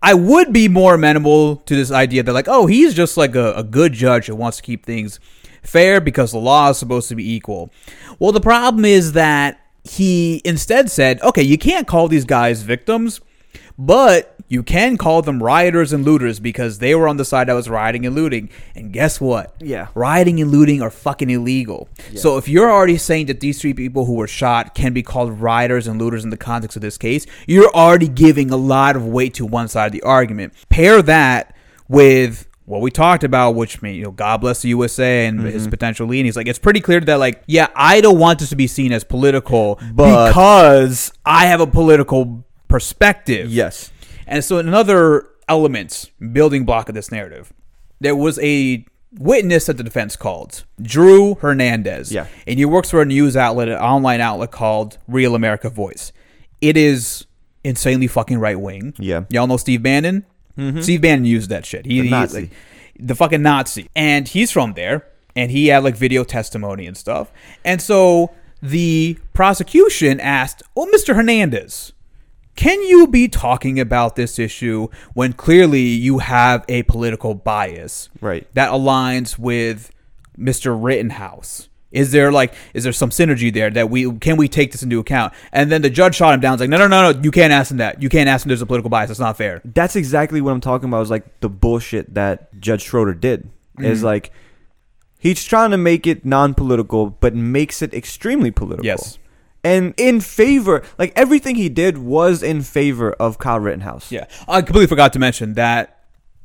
[SPEAKER 2] I would be more amenable to this idea that like, oh, he's just like a, a good judge who wants to keep things fair because the law is supposed to be equal. Well, the problem is that he instead said, okay, you can't call these guys victims, but you can call them rioters and looters because they were on the side that was rioting and looting. And guess what?
[SPEAKER 1] Yeah.
[SPEAKER 2] Rioting and looting are fucking illegal. So if you're already saying that these three people who were shot can be called rioters and looters in the context of this case, you're already giving a lot of weight to one side of the argument. Pair that with what we talked about, which mean you know, God bless the USA and his potential lead. And he's like, it's pretty clear that like, yeah, I don't want this to be seen as political,
[SPEAKER 1] But-
[SPEAKER 2] because I have a political perspective.
[SPEAKER 1] yes
[SPEAKER 2] And so another element, building block of this narrative, there was a witness that the defense called, Drew Hernandez.
[SPEAKER 1] Yeah.
[SPEAKER 2] And he works for a news outlet, an online outlet called Real America Voice. It is insanely fucking right wing.
[SPEAKER 1] Yeah. Mm-hmm.
[SPEAKER 2] Y'all know Steve Bannon? Steve Bannon used that shit. He,
[SPEAKER 1] The
[SPEAKER 2] he-
[SPEAKER 1] Nazi.
[SPEAKER 2] like, the fucking Nazi. And he's from there and he had like video testimony and stuff. And so the prosecution asked, "Well, Mr. Hernandez, can you be talking about this issue when clearly you have a political bias
[SPEAKER 1] Right.
[SPEAKER 2] that aligns with Mr. Rittenhouse? Is there like is there some synergy there that we can we take this into account? And then the judge shot him down. It's like, no, no, no, no, you can't ask him that. You can't ask him there's a political bias. That's not fair.
[SPEAKER 1] that's exactly what I'm talking about. Is like the bullshit that Judge Schroeder did. Is like he's trying to make it non-political, but makes it extremely political.
[SPEAKER 2] Yes.
[SPEAKER 1] and in favor, like everything he did was in favor of Kyle Rittenhouse.
[SPEAKER 2] Yeah, I completely forgot to mention that.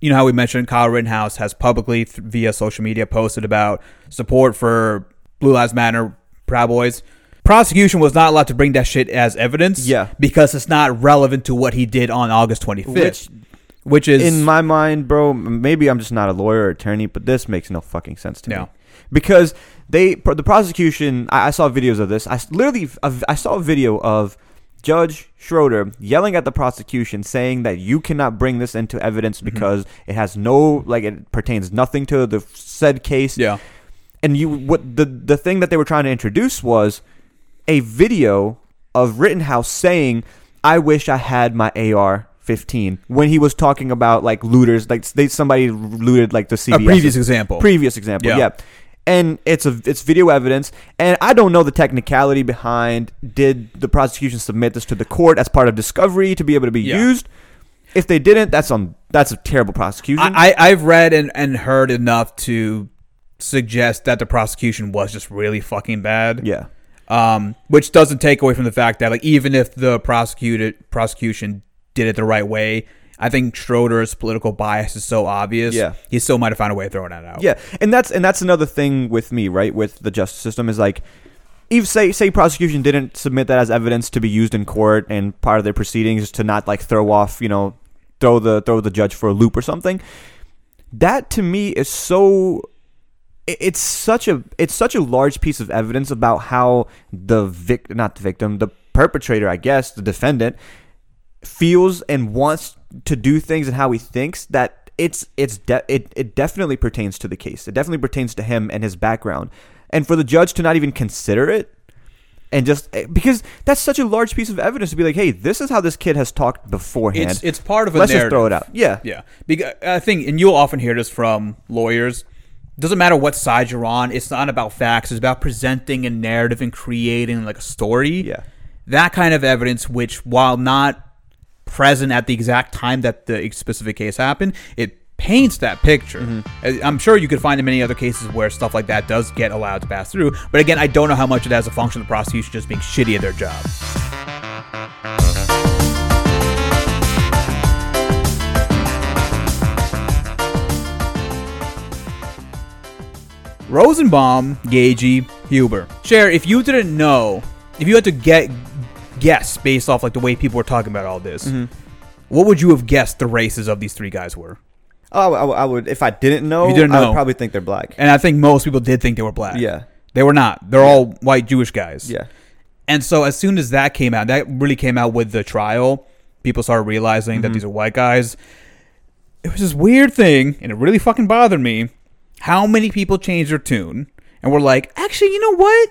[SPEAKER 2] You know how we mentioned Kyle Rittenhouse has publicly th- via social media posted about support for Blue Lives Matter, Proud Boys. Prosecution was not allowed to bring that shit as evidence.
[SPEAKER 1] Yeah.
[SPEAKER 2] because it's not relevant to what he did on August twenty
[SPEAKER 1] Which-
[SPEAKER 2] fifth, which, is
[SPEAKER 1] in my mind, bro, maybe I'm just not a lawyer or attorney, but this makes no fucking sense to
[SPEAKER 2] No.
[SPEAKER 1] me. Because they, pr- the prosecution, I, I saw videos of this. I s- literally, I I saw a video of Judge Schroeder yelling at the prosecution, saying that you cannot bring this into evidence
[SPEAKER 2] Mm-hmm.
[SPEAKER 1] because it has no, like, it pertains nothing to the said case
[SPEAKER 2] yeah,
[SPEAKER 1] and you what the the thing that they were trying to introduce was a video of Rittenhouse saying, "I wish I had my AR-15" when he was talking about like looters, like they somebody looted like the
[SPEAKER 2] A
[SPEAKER 1] CVS.
[SPEAKER 2] previous example.
[SPEAKER 1] previous example,
[SPEAKER 2] Yeah.
[SPEAKER 1] yeah. And it's a it's video evidence, and I don't know the technicality behind. Did the prosecution submit this to the court as part of discovery to be able to be
[SPEAKER 2] Yeah.
[SPEAKER 1] used? If they didn't, that's on that's a terrible prosecution.
[SPEAKER 2] I, I, I've read and, and heard enough to suggest that the prosecution was just really fucking bad.
[SPEAKER 1] yeah,
[SPEAKER 2] Um, which doesn't take away from the fact that like even if the prosecuted prosecution did it the right way, I think Schroeder's political bias is so obvious.
[SPEAKER 1] Yeah.
[SPEAKER 2] He still might have found a way of throwing that out.
[SPEAKER 1] yeah, and that's and that's another thing with me, right? With the justice system is like, if say say prosecution didn't submit that as evidence to be used in court and part of their proceedings to not like throw off, you know, throw the throw the judge for a loop or something. That to me is so it- it's such a it's such a large piece of evidence about how the vic not the victim the perpetrator I guess the defendant feels and wants to do things and how he thinks that it's it's de- it it definitely pertains to the case it definitely pertains to him and his background and for the judge to not even consider it and just eh, because that's such a large piece of evidence to be like hey this is how this kid has talked beforehand
[SPEAKER 2] It's it's part of a
[SPEAKER 1] let's just
[SPEAKER 2] narrative.
[SPEAKER 1] throw it out yeah
[SPEAKER 2] Yeah, because I think, and you'll often hear this from lawyers. Doesn't matter what side you're on. It's not about facts. It's about presenting a narrative and creating like a story.
[SPEAKER 1] Yeah.
[SPEAKER 2] that kind of evidence, which while not present at the exact time that the specific case happened, it paints that picture.
[SPEAKER 1] Mm-hmm.
[SPEAKER 2] I- I'm sure you could find in many other cases where stuff like that does get allowed to pass through. But again, I don't know how much it has a function of the prosecution just being shitty at their job. Rosenbaum, Gagey, Huber. Cher, if you didn't know, if you had to get guess based off like the way people were talking about all this,
[SPEAKER 1] Mm-hmm.
[SPEAKER 2] what would you have guessed the races of these three guys were?
[SPEAKER 1] Oh, I, would- I would if I didn't know
[SPEAKER 2] You didn't
[SPEAKER 1] I
[SPEAKER 2] know.
[SPEAKER 1] would probably think they're black
[SPEAKER 2] And I think most people did think they were black.
[SPEAKER 1] yeah
[SPEAKER 2] They were not. They're all white Jewish guys.
[SPEAKER 1] yeah
[SPEAKER 2] And so as soon as that came out, that really came out with the trial. People started realizing
[SPEAKER 1] Mm-hmm.
[SPEAKER 2] that these are white guys. It was this weird thing, and it really fucking bothered me how many people changed their tune and were like, actually, you know what?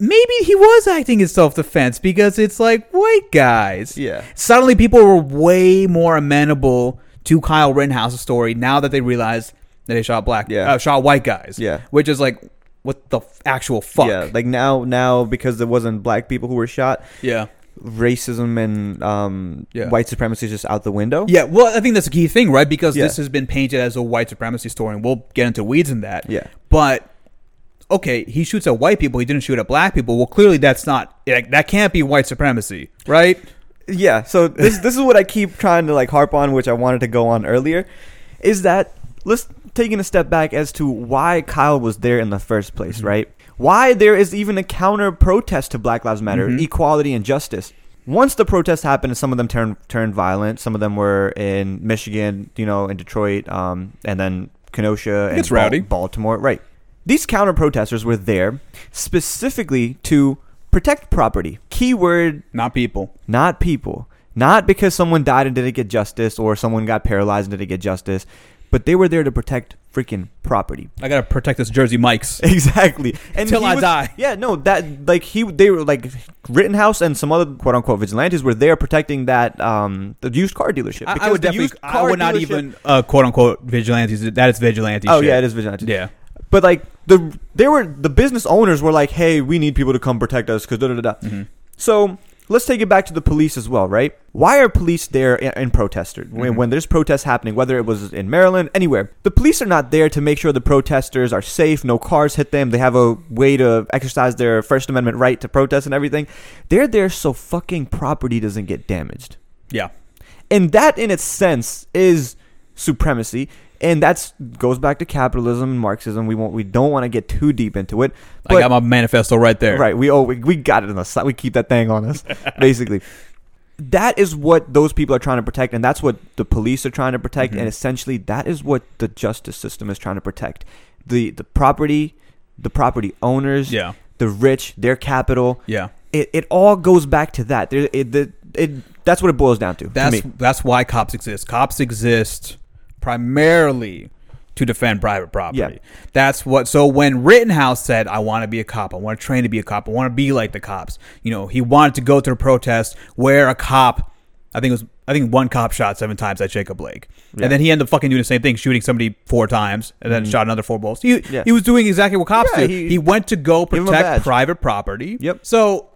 [SPEAKER 2] Maybe he was acting in self defense because it's like white guys.
[SPEAKER 1] Yeah.
[SPEAKER 2] Suddenly people were way more amenable to Kyle Rittenhouse's story now that they realized that they shot black
[SPEAKER 1] Yeah.
[SPEAKER 2] uh, shot white guys.
[SPEAKER 1] Yeah.
[SPEAKER 2] Which is like what the f- actual fuck.
[SPEAKER 1] yeah like now now because there wasn't black people who were shot
[SPEAKER 2] yeah.
[SPEAKER 1] racism and um,
[SPEAKER 2] Yeah.
[SPEAKER 1] white supremacy is just out the window.
[SPEAKER 2] Yeah, well, I think that's a key thing, right? Because
[SPEAKER 1] Yeah.
[SPEAKER 2] this has been painted as a white supremacy story, and we'll get into weeds in that.
[SPEAKER 1] Yeah.
[SPEAKER 2] But okay, he shoots at white people. He didn't shoot at black people. Well, clearly that's not like, that can't be white supremacy, right?
[SPEAKER 1] Yeah. So this this is what I keep trying to like harp on, which I wanted to go on earlier, is that let's taking a step back as to why Kyle was there in the first place,
[SPEAKER 2] Mm-hmm.
[SPEAKER 1] right? Why there is even a counter protest to Black Lives Matter,
[SPEAKER 2] Mm-hmm.
[SPEAKER 1] equality and justice. Once the protests happened and some of them turned turned violent, some of them were in Michigan, you know, in Detroit, um, and then Kenosha and
[SPEAKER 2] gets rowdy.
[SPEAKER 1] Baltimore, right? These counter protesters were there specifically to protect property. Keyword
[SPEAKER 2] Not people.
[SPEAKER 1] not people. Not because someone died and didn't get justice or someone got paralyzed and didn't get justice, but they were there to protect freaking property. <laughs>
[SPEAKER 2] I gotta protect this Jersey Mike's.
[SPEAKER 1] Exactly. And
[SPEAKER 2] Till
[SPEAKER 1] he
[SPEAKER 2] I
[SPEAKER 1] was-
[SPEAKER 2] die.
[SPEAKER 1] Yeah, no, that like he they were like Rittenhouse and some other quote unquote vigilantes were there protecting that um the used car dealership.
[SPEAKER 2] <laughs> I, I
[SPEAKER 1] Because
[SPEAKER 2] would
[SPEAKER 1] the
[SPEAKER 2] definitely.
[SPEAKER 1] used
[SPEAKER 2] I
[SPEAKER 1] car
[SPEAKER 2] would not
[SPEAKER 1] dealership-
[SPEAKER 2] even uh, quote unquote vigilantes. That is vigilante.
[SPEAKER 1] Oh
[SPEAKER 2] shit.
[SPEAKER 1] yeah, it is vigilante.
[SPEAKER 2] Yeah.
[SPEAKER 1] But like the they were the business owners were like, hey, we need people to come protect us because da da da.
[SPEAKER 2] Mm-hmm.
[SPEAKER 1] da. So let's take it back to the police as well, right? Why are police there in, in protester when,
[SPEAKER 2] Mm-hmm.
[SPEAKER 1] when there's protests happening, whether it was in Maryland, anywhere? The police are not there to make sure the protesters are safe, no cars hit them, they have a way to exercise their First Amendment right to protest and everything. They're there so fucking property doesn't get damaged
[SPEAKER 2] Yeah.
[SPEAKER 1] and that in its sense is supremacy and that's goes back to capitalism and marxism we won't we don't want to get too deep into it
[SPEAKER 2] I
[SPEAKER 1] but-
[SPEAKER 2] got my manifesto right there.
[SPEAKER 1] right we oh we, we got it on the side we keep that thing on
[SPEAKER 2] <laughs>
[SPEAKER 1] us basically that is what those people are trying to protect and that's what the police are trying to protect
[SPEAKER 2] Mm-hmm.
[SPEAKER 1] and essentially that is what the justice system is trying to protect the the property the property owners
[SPEAKER 2] Yeah.
[SPEAKER 1] the rich their capital
[SPEAKER 2] Yeah.
[SPEAKER 1] it, it all goes back to that there it, the it that's what it boils down to to
[SPEAKER 2] That's
[SPEAKER 1] me.
[SPEAKER 2] that's why cops exist. Cops exist primarily to defend private property. That's what. So when Rittenhouse said, "I want to be a cop. I want to train to be a cop. I want to be like the cops," you know, he wanted to go to the protest where a cop, I think it was, I think one cop shot seven times at Jacob Blake,
[SPEAKER 1] Yeah. Mm-hmm.
[SPEAKER 2] and then he ended up fucking doing the same thing, shooting somebody four times, and then shot another four bullets. He
[SPEAKER 1] Yeah.
[SPEAKER 2] he was doing exactly what cops
[SPEAKER 1] Yeah,
[SPEAKER 2] do.
[SPEAKER 1] he-
[SPEAKER 2] He, went to go
[SPEAKER 1] Give him a
[SPEAKER 2] protect
[SPEAKER 1] badge.
[SPEAKER 2] private property.
[SPEAKER 1] Yep.
[SPEAKER 2] So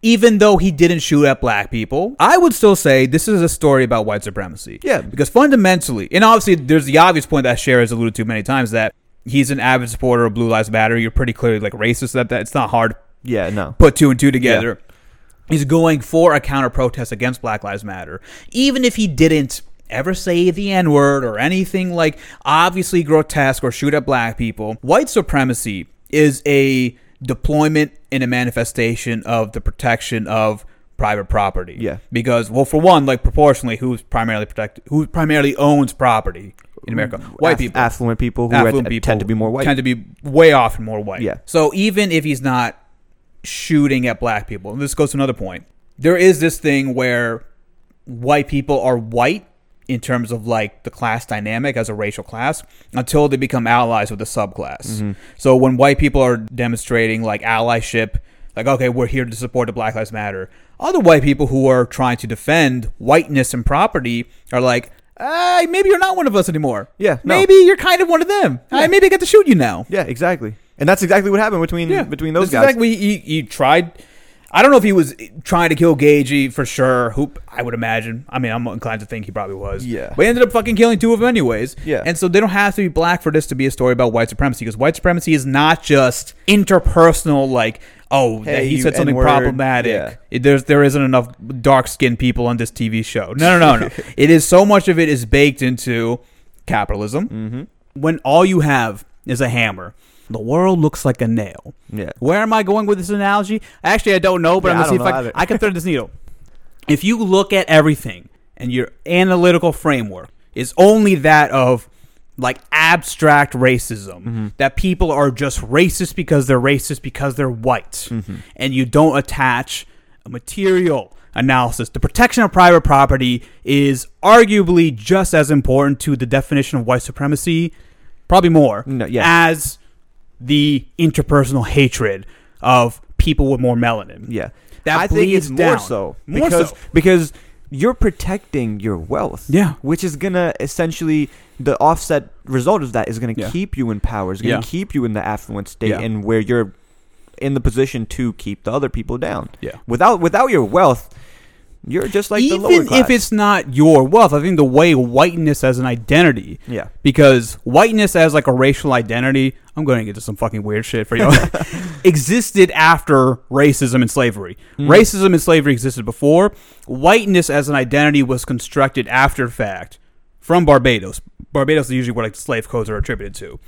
[SPEAKER 2] even though he didn't shoot at black people, I would still say this is a story about white supremacy.
[SPEAKER 1] Yeah.
[SPEAKER 2] Because fundamentally, and obviously there's the obvious point that Cher has alluded to many times that he's an avid supporter of Blue Lives Matter. You're pretty clearly like racist that, that it's not hard to
[SPEAKER 1] Yeah, no.
[SPEAKER 2] put two and two together. He's going for a counter protest against Black Lives Matter. Even if he didn't ever say the N word or anything like obviously grotesque or shoot at black people, white supremacy is a deployment and a manifestation of the protection of private property.
[SPEAKER 1] Yeah.
[SPEAKER 2] Because well for one, like proportionally who's primarily protected who primarily owns property in America? White
[SPEAKER 1] Aff-
[SPEAKER 2] people
[SPEAKER 1] Mm, affluent people who
[SPEAKER 2] affluent
[SPEAKER 1] are-
[SPEAKER 2] people
[SPEAKER 1] tend to be more white.
[SPEAKER 2] tend to be way often more white.
[SPEAKER 1] Yeah.
[SPEAKER 2] So even if he's not shooting at black people, and this goes to another point, there is this thing where white people are white in terms of like the class dynamic as a racial class until they become allies with the subclass.
[SPEAKER 1] Mm-hmm.
[SPEAKER 2] So when white people are demonstrating like allyship, like okay, we're here to support the Black Lives Matter. Other white people who are trying to defend whiteness and property are like, uh, maybe you're not one of us anymore.
[SPEAKER 1] Yeah, no.
[SPEAKER 2] maybe you're kind of one of them. I maybe I get to shoot you now.
[SPEAKER 1] yeah, exactly. And that's exactly what happened between between those
[SPEAKER 2] This
[SPEAKER 1] guys.
[SPEAKER 2] Is like we, he, he tried. I don't know if he was trying to kill Gagey for sure. Who I would imagine. I mean, I'm inclined to think he probably was.
[SPEAKER 1] Yeah.
[SPEAKER 2] But he ended up fucking killing two of them anyways.
[SPEAKER 1] Yeah.
[SPEAKER 2] And so they don't have to be black for this to be a story about white supremacy because white supremacy is not just interpersonal. Like, oh, that
[SPEAKER 1] Hey,
[SPEAKER 2] he
[SPEAKER 1] you
[SPEAKER 2] said something
[SPEAKER 1] N-word.
[SPEAKER 2] problematic.
[SPEAKER 1] Yeah.
[SPEAKER 2] It- there's there isn't enough dark skinned people on this TV show. No, no, no,
[SPEAKER 1] <laughs>
[SPEAKER 2] no. it is so much of it is baked into capitalism.
[SPEAKER 1] Mm-hmm.
[SPEAKER 2] When all you have is a hammer, the world looks like a nail.
[SPEAKER 1] yeah.
[SPEAKER 2] Where am I going with this analogy? Actually, I don't know, but
[SPEAKER 1] Yeah,
[SPEAKER 2] I'm
[SPEAKER 1] I
[SPEAKER 2] gonna see if
[SPEAKER 1] don't know
[SPEAKER 2] I,
[SPEAKER 1] either.
[SPEAKER 2] I can thread
[SPEAKER 1] <laughs>
[SPEAKER 2] this needle. If you look at everything and your analytical framework is only that of like abstract racism,
[SPEAKER 1] Mm-hmm.
[SPEAKER 2] that people are just racist because they're racist because they're white,
[SPEAKER 1] Mm-hmm.
[SPEAKER 2] and you don't attach a material analysis. The protection of private property is arguably just as important to the definition of white supremacy, probably more,
[SPEAKER 1] No, yeah.
[SPEAKER 2] as the interpersonal hatred of people with more melanin.
[SPEAKER 1] Yeah,
[SPEAKER 2] That
[SPEAKER 1] I think it's
[SPEAKER 2] bleeds
[SPEAKER 1] more
[SPEAKER 2] down.
[SPEAKER 1] so
[SPEAKER 2] More
[SPEAKER 1] because
[SPEAKER 2] so.
[SPEAKER 1] because you're protecting your wealth.
[SPEAKER 2] Yeah.
[SPEAKER 1] which is gonna essentially the offset result of that is gonna
[SPEAKER 2] Yeah.
[SPEAKER 1] keep you in power. Is gonna
[SPEAKER 2] Yeah.
[SPEAKER 1] keep you in the affluent state
[SPEAKER 2] Yeah.
[SPEAKER 1] and where you're in the position to keep the other people down.
[SPEAKER 2] Yeah.
[SPEAKER 1] without without your wealth, you're just like the lower
[SPEAKER 2] Even
[SPEAKER 1] class.
[SPEAKER 2] if it's not your wealth, I think the way whiteness as an identity,
[SPEAKER 1] Yeah.
[SPEAKER 2] because whiteness as like a racial identity, I'm going to get to some fucking weird shit for
[SPEAKER 1] <laughs>
[SPEAKER 2] you, existed after racism and slavery.
[SPEAKER 1] Mm.
[SPEAKER 2] Racism and slavery existed before. Whiteness as an identity was constructed after fact from Barbados. Barbados is usually where like slave codes are attributed to.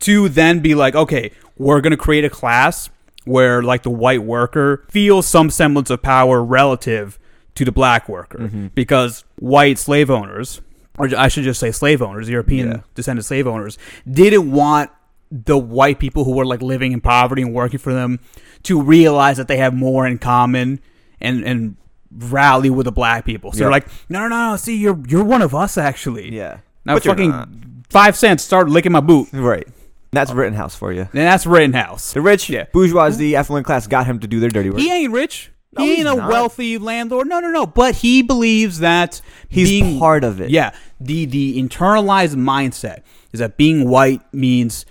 [SPEAKER 2] to then be like, okay, we're gonna create a class where like the white worker feels some semblance of power relative to the black worker
[SPEAKER 1] Mm-hmm.
[SPEAKER 2] because white slave owners, or I should just say slave owners, European
[SPEAKER 1] Yeah.
[SPEAKER 2] descended slave owners, didn't want the white people who were like living in poverty and working for them to realize that they have more in common and and rally with the black people. So they're
[SPEAKER 1] Yeah.
[SPEAKER 2] like, no, no, no, see, you're you're one of us actually.
[SPEAKER 1] yeah,
[SPEAKER 2] Now
[SPEAKER 1] But you're not.
[SPEAKER 2] fucking five cents, start licking my boot.
[SPEAKER 1] right.
[SPEAKER 2] Oh.
[SPEAKER 1] That's Rittenhouse for you.
[SPEAKER 2] And that's Rittenhouse.
[SPEAKER 1] The rich
[SPEAKER 2] Yeah.
[SPEAKER 1] bourgeoisie affluent class got him to do their dirty work.
[SPEAKER 2] He ain't rich.
[SPEAKER 1] No,
[SPEAKER 2] he
[SPEAKER 1] he's
[SPEAKER 2] ain't a
[SPEAKER 1] not.
[SPEAKER 2] wealthy landlord. No, no, no. But he believes that
[SPEAKER 1] He's
[SPEAKER 2] being,
[SPEAKER 1] part of it.
[SPEAKER 2] Yeah. The the internalized mindset is that being white means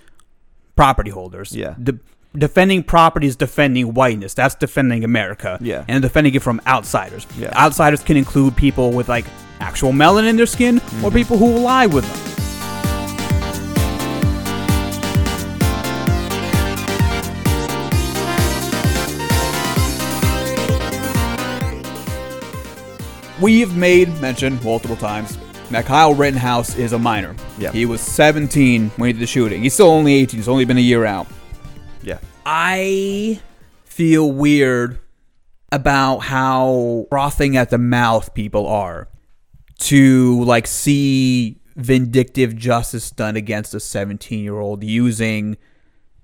[SPEAKER 2] property holders.
[SPEAKER 1] Yeah.
[SPEAKER 2] De- defending property is defending whiteness. That's defending America.
[SPEAKER 1] Yeah.
[SPEAKER 2] And defending it from outsiders.
[SPEAKER 1] Yeah.
[SPEAKER 2] Outsiders can include people with like actual melanin in their skin
[SPEAKER 1] Mm-hmm.
[SPEAKER 2] or people who lie with them. We've made mention multiple times that Kyle Rittenhouse is a minor.
[SPEAKER 1] Yeah.
[SPEAKER 2] He was 17 when he did the shooting. He's still only 18. He's only been a year out.
[SPEAKER 1] Yeah,
[SPEAKER 2] I feel weird about how frothing at the mouth people are to like see vindictive justice done against a 17 year old using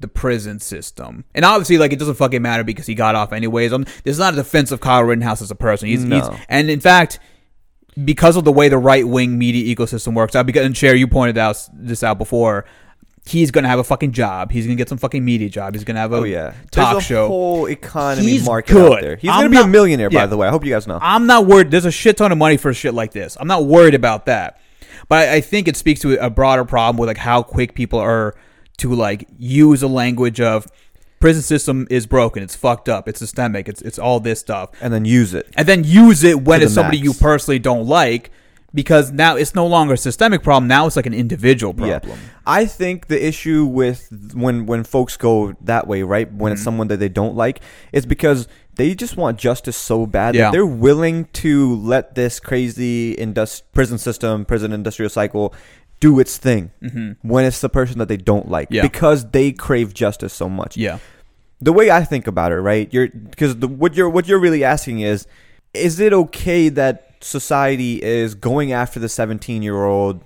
[SPEAKER 2] the prison system. And obviously, like, it doesn't fucking matter because he got off anyways. I'm, this is not a defense of Kyle Rittenhouse as a person. He's,
[SPEAKER 1] No.
[SPEAKER 2] he's and in fact, because of the way the right wing media ecosystem works. I because and Cher, you pointed out s- this out before. He's gonna have a fucking job. He's gonna get some fucking media job. He's gonna have a
[SPEAKER 1] Oh yeah,
[SPEAKER 2] talk
[SPEAKER 1] There's a
[SPEAKER 2] show.
[SPEAKER 1] Whole economy
[SPEAKER 2] He's
[SPEAKER 1] market
[SPEAKER 2] good.
[SPEAKER 1] out there. He's
[SPEAKER 2] I'm
[SPEAKER 1] gonna be
[SPEAKER 2] not-
[SPEAKER 1] a millionaire,
[SPEAKER 2] yeah.
[SPEAKER 1] by the way. I hope you guys know.
[SPEAKER 2] I'm not worried. There's a shit ton of money for shit like this. I'm not worried about that. But I, I think it speaks to a broader problem with like how quick people are to like use a language of prison system is broken. It's fucked up. It's systemic. It's it's all this stuff,
[SPEAKER 1] and then use it.
[SPEAKER 2] and then use it when
[SPEAKER 1] To the
[SPEAKER 2] it's somebody
[SPEAKER 1] max.
[SPEAKER 2] you personally don't like because now it's no longer a systemic problem. Now it's like an individual problem.
[SPEAKER 1] Yeah. I think the issue with when when folks go that way, right? When
[SPEAKER 2] Mm-hmm.
[SPEAKER 1] it's someone that they don't like, it's because they just want justice so bad
[SPEAKER 2] Yeah.
[SPEAKER 1] that they're willing to let this crazy indust- prison system, prison industrial cycle do its thing when it's the person that they don't like
[SPEAKER 2] Mm-hmm. Yeah.
[SPEAKER 1] because they crave justice so much
[SPEAKER 2] Yeah.
[SPEAKER 1] the way I think about it, right? You're because what you're what you're really asking is, is it okay that society is going after the 17 year old,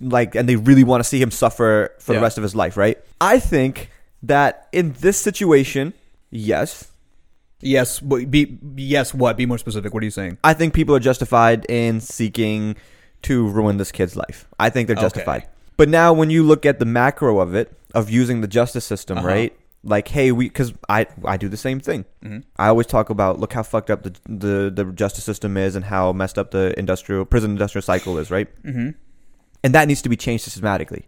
[SPEAKER 1] like, and they really want to see him suffer for
[SPEAKER 2] Yeah.
[SPEAKER 1] the rest of his life, right? I think that in this situation, yes,
[SPEAKER 2] Yes. But be yes. What? Be more specific. What are you saying?
[SPEAKER 1] I think people are justified in seeking to ruin this kid's life. I think they're
[SPEAKER 2] Okay.
[SPEAKER 1] justified. But now, when you look at the macro of it, of using the justice system,
[SPEAKER 2] Uh-huh.
[SPEAKER 1] right? Like, hey, we because I I do the same thing.
[SPEAKER 2] Mhm.
[SPEAKER 1] I always talk about look how fucked up the, the the justice system is and how messed up the industrial prison industrial cycle is, right?
[SPEAKER 2] Mm-hmm.
[SPEAKER 1] And that needs to be changed systematically.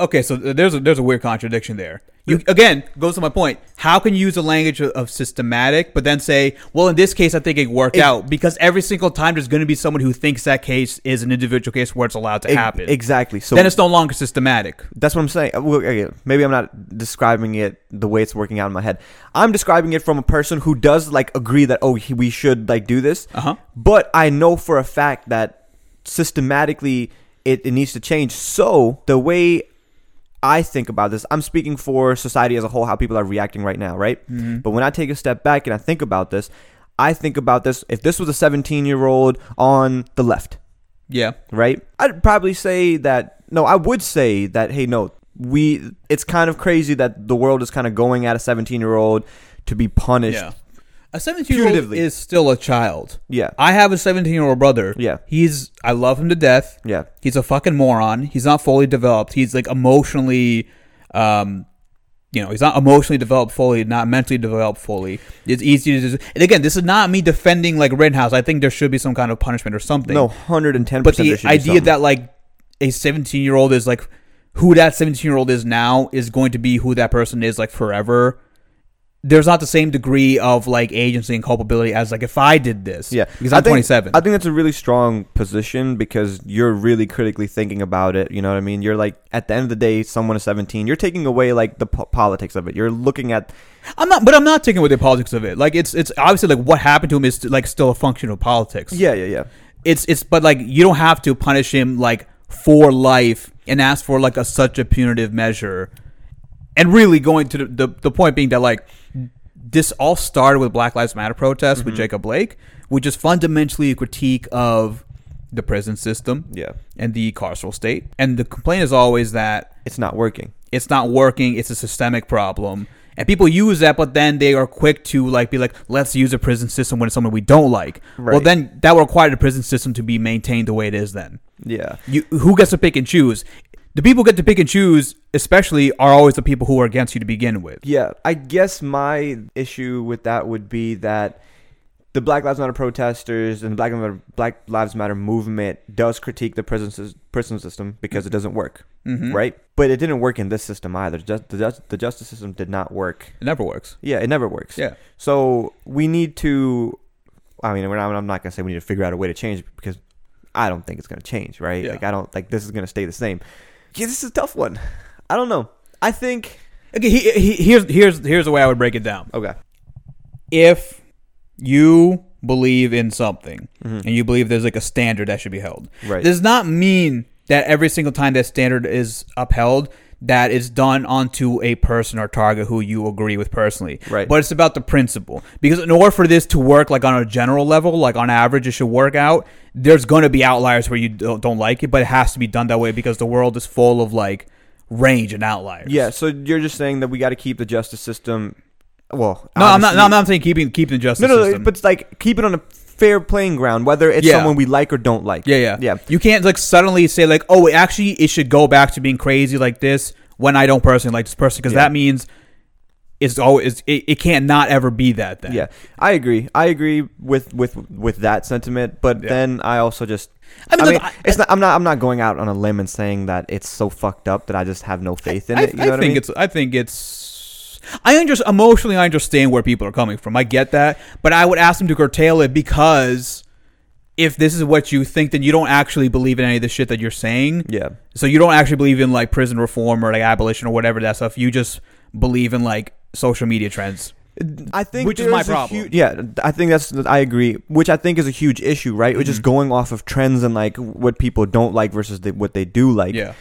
[SPEAKER 2] Okay, so th- there's a, there's a weird contradiction there. You again goes to my point. How can you use a language of, of systematic, but then say, "Well, in this case, I think it worked
[SPEAKER 1] Ex-
[SPEAKER 2] out," because every single time there's going to be someone who thinks that case is an individual case where it's allowed to
[SPEAKER 1] Ex-
[SPEAKER 2] happen.
[SPEAKER 1] Exactly. So
[SPEAKER 2] then it's no longer systematic.
[SPEAKER 1] That's what I'm saying. Uh, well, okay, Maybe I'm not describing it the way it's working out in my head. I'm describing it from a person who does like agree that oh he, we should like do this,
[SPEAKER 2] Uh huh.
[SPEAKER 1] but I know for a fact that systematically it, it needs to change. So the way I think about this, I'm speaking for society as a whole, how people are reacting right now, right? But when I take a step back and I think about this, I think about this. If this was a 17 year old on the left,
[SPEAKER 2] Yeah.
[SPEAKER 1] right? I'd probably say that no, I would say that hey, no, we it's kind of crazy that the world is kind of going at a 17-year-old to be punished.
[SPEAKER 2] Yeah. A 17 year old
[SPEAKER 1] Punitively.
[SPEAKER 2] is still a child.
[SPEAKER 1] Yeah.
[SPEAKER 2] I have a 17 year old brother.
[SPEAKER 1] Yeah.
[SPEAKER 2] He's I love him to death.
[SPEAKER 1] Yeah.
[SPEAKER 2] He's a fucking moron. He's not fully developed. He's like emotionally, um, you know, he's not emotionally developed fully, not mentally developed fully. It's easy to. Just, and again, this is not me defending like Rittenhouse. I think there should be some kind of punishment or something.
[SPEAKER 1] No, 110%
[SPEAKER 2] but
[SPEAKER 1] there
[SPEAKER 2] the
[SPEAKER 1] should be
[SPEAKER 2] idea
[SPEAKER 1] something.
[SPEAKER 2] that like a 17 year old is like who that 17 year old is now is going to be who that person is like forever. There's not the same degree of like agency and culpability as like if I did this.
[SPEAKER 1] Yeah,
[SPEAKER 2] because I'm
[SPEAKER 1] I think-
[SPEAKER 2] 27.
[SPEAKER 1] I think that's a really strong position because you're really critically thinking about it. You know what I mean? You're like, at the end of the day, someone is 17. You're taking away like the po- politics of it. You're looking at
[SPEAKER 2] I'm not, but I'm not taking away the politics of it. Like it's it's obviously like what happened to him is like still a function of politics.
[SPEAKER 1] yeah, yeah, yeah.
[SPEAKER 2] It's it's but like you don't have to punish him like for life and ask for like a such a punitive measure. And really going to the the, the point being that like this all started with Black Lives Matter protests with Jacob Blake, which is fundamentally a critique of the prison system
[SPEAKER 1] Yeah.
[SPEAKER 2] and the carceral state. And the complaint is always that
[SPEAKER 1] It's not working.
[SPEAKER 2] it's not working it's a systemic problem and people use that but then they are quick to like be like let's use a prison system when it's someone we don't like well
[SPEAKER 1] Right.
[SPEAKER 2] then that would require the prison system to be maintained the way it is then
[SPEAKER 1] Yeah.
[SPEAKER 2] you, who gets to pick and choose the people who get to pick and choose especially are always the people who are against you to begin with
[SPEAKER 1] Yeah. I guess my issue with that would be that the Black Lives Matter protesters and the Black, Matter- Black Lives Matter movement does critique the prison, sys- prison system because it doesn't work,
[SPEAKER 2] Mhm.
[SPEAKER 1] right? But it didn't work in this system either. Just, the, just, the justice system did not work.
[SPEAKER 2] it never works
[SPEAKER 1] Yeah, it never works.
[SPEAKER 2] yeah
[SPEAKER 1] So we need to. I mean, we're not, I'm not gonna say we need to figure out a way to change it because I don't think it's gonna change, right?
[SPEAKER 2] Yeah.
[SPEAKER 1] Like I don't like this is gonna stay the same. Yeah, this is a tough one. I don't know. I think.
[SPEAKER 2] okay he, he, here's here's here's the way i would break it down
[SPEAKER 1] Okay.
[SPEAKER 2] if you believe in something and you believe there's like a standard that should be held
[SPEAKER 1] Right.
[SPEAKER 2] does not mean that every single time that standard is upheld that it's done onto a person or target who you agree with personally
[SPEAKER 1] Right.
[SPEAKER 2] but it's about the principle because in order for this to work like on a general level like on average it should work out there's going to be outliers where you don't, don't like it but it has to be done that way because the world is full of like range and outliers
[SPEAKER 1] Yeah. So you're just saying that we got to keep the justice system. Well,
[SPEAKER 2] no, I'm not.
[SPEAKER 1] obviously-
[SPEAKER 2] No, I'm not saying keeping keeping the
[SPEAKER 1] No,
[SPEAKER 2] justice
[SPEAKER 1] no,
[SPEAKER 2] system.
[SPEAKER 1] but it's like keep it on a fair playing ground, whether it's
[SPEAKER 2] Yeah.
[SPEAKER 1] someone we like or don't like.
[SPEAKER 2] Yeah, yeah,
[SPEAKER 1] Yeah.
[SPEAKER 2] You can't like suddenly say like, oh, actually, it should go back to being crazy like this when I don't personally like this person because
[SPEAKER 1] Yeah.
[SPEAKER 2] that means it's always it, it can't not ever be that then.
[SPEAKER 1] Yeah, I agree. I agree with with with that sentiment, but
[SPEAKER 2] Yeah.
[SPEAKER 1] then I also just
[SPEAKER 2] I
[SPEAKER 1] I
[SPEAKER 2] mean,
[SPEAKER 1] mean,
[SPEAKER 2] look, I-
[SPEAKER 1] it's not I'm not I'm not going out on a limb and saying that it's so fucked up that I just have no faith in
[SPEAKER 2] I,
[SPEAKER 1] it. You know
[SPEAKER 2] I
[SPEAKER 1] what
[SPEAKER 2] think
[SPEAKER 1] I mean?
[SPEAKER 2] it's. I think it's. I under, emotionally, I understand where people are coming from. I get that, but I would ask them to curtail it because if this is what you think, then you don't actually believe in any of the shit that you're saying.
[SPEAKER 1] yeah,
[SPEAKER 2] So you don't actually believe in like prison reform or like abolition or whatever that stuff. You just believe in like social media trends.
[SPEAKER 1] I think
[SPEAKER 2] Which is
[SPEAKER 1] there
[SPEAKER 2] my
[SPEAKER 1] a
[SPEAKER 2] problem.
[SPEAKER 1] huge- yeah, I think that's I agree. Which I think is a huge issue, right? Which is
[SPEAKER 2] Mm-hmm.
[SPEAKER 1] going off of trends and like what people don't like versus the, what they do like.
[SPEAKER 2] yeah.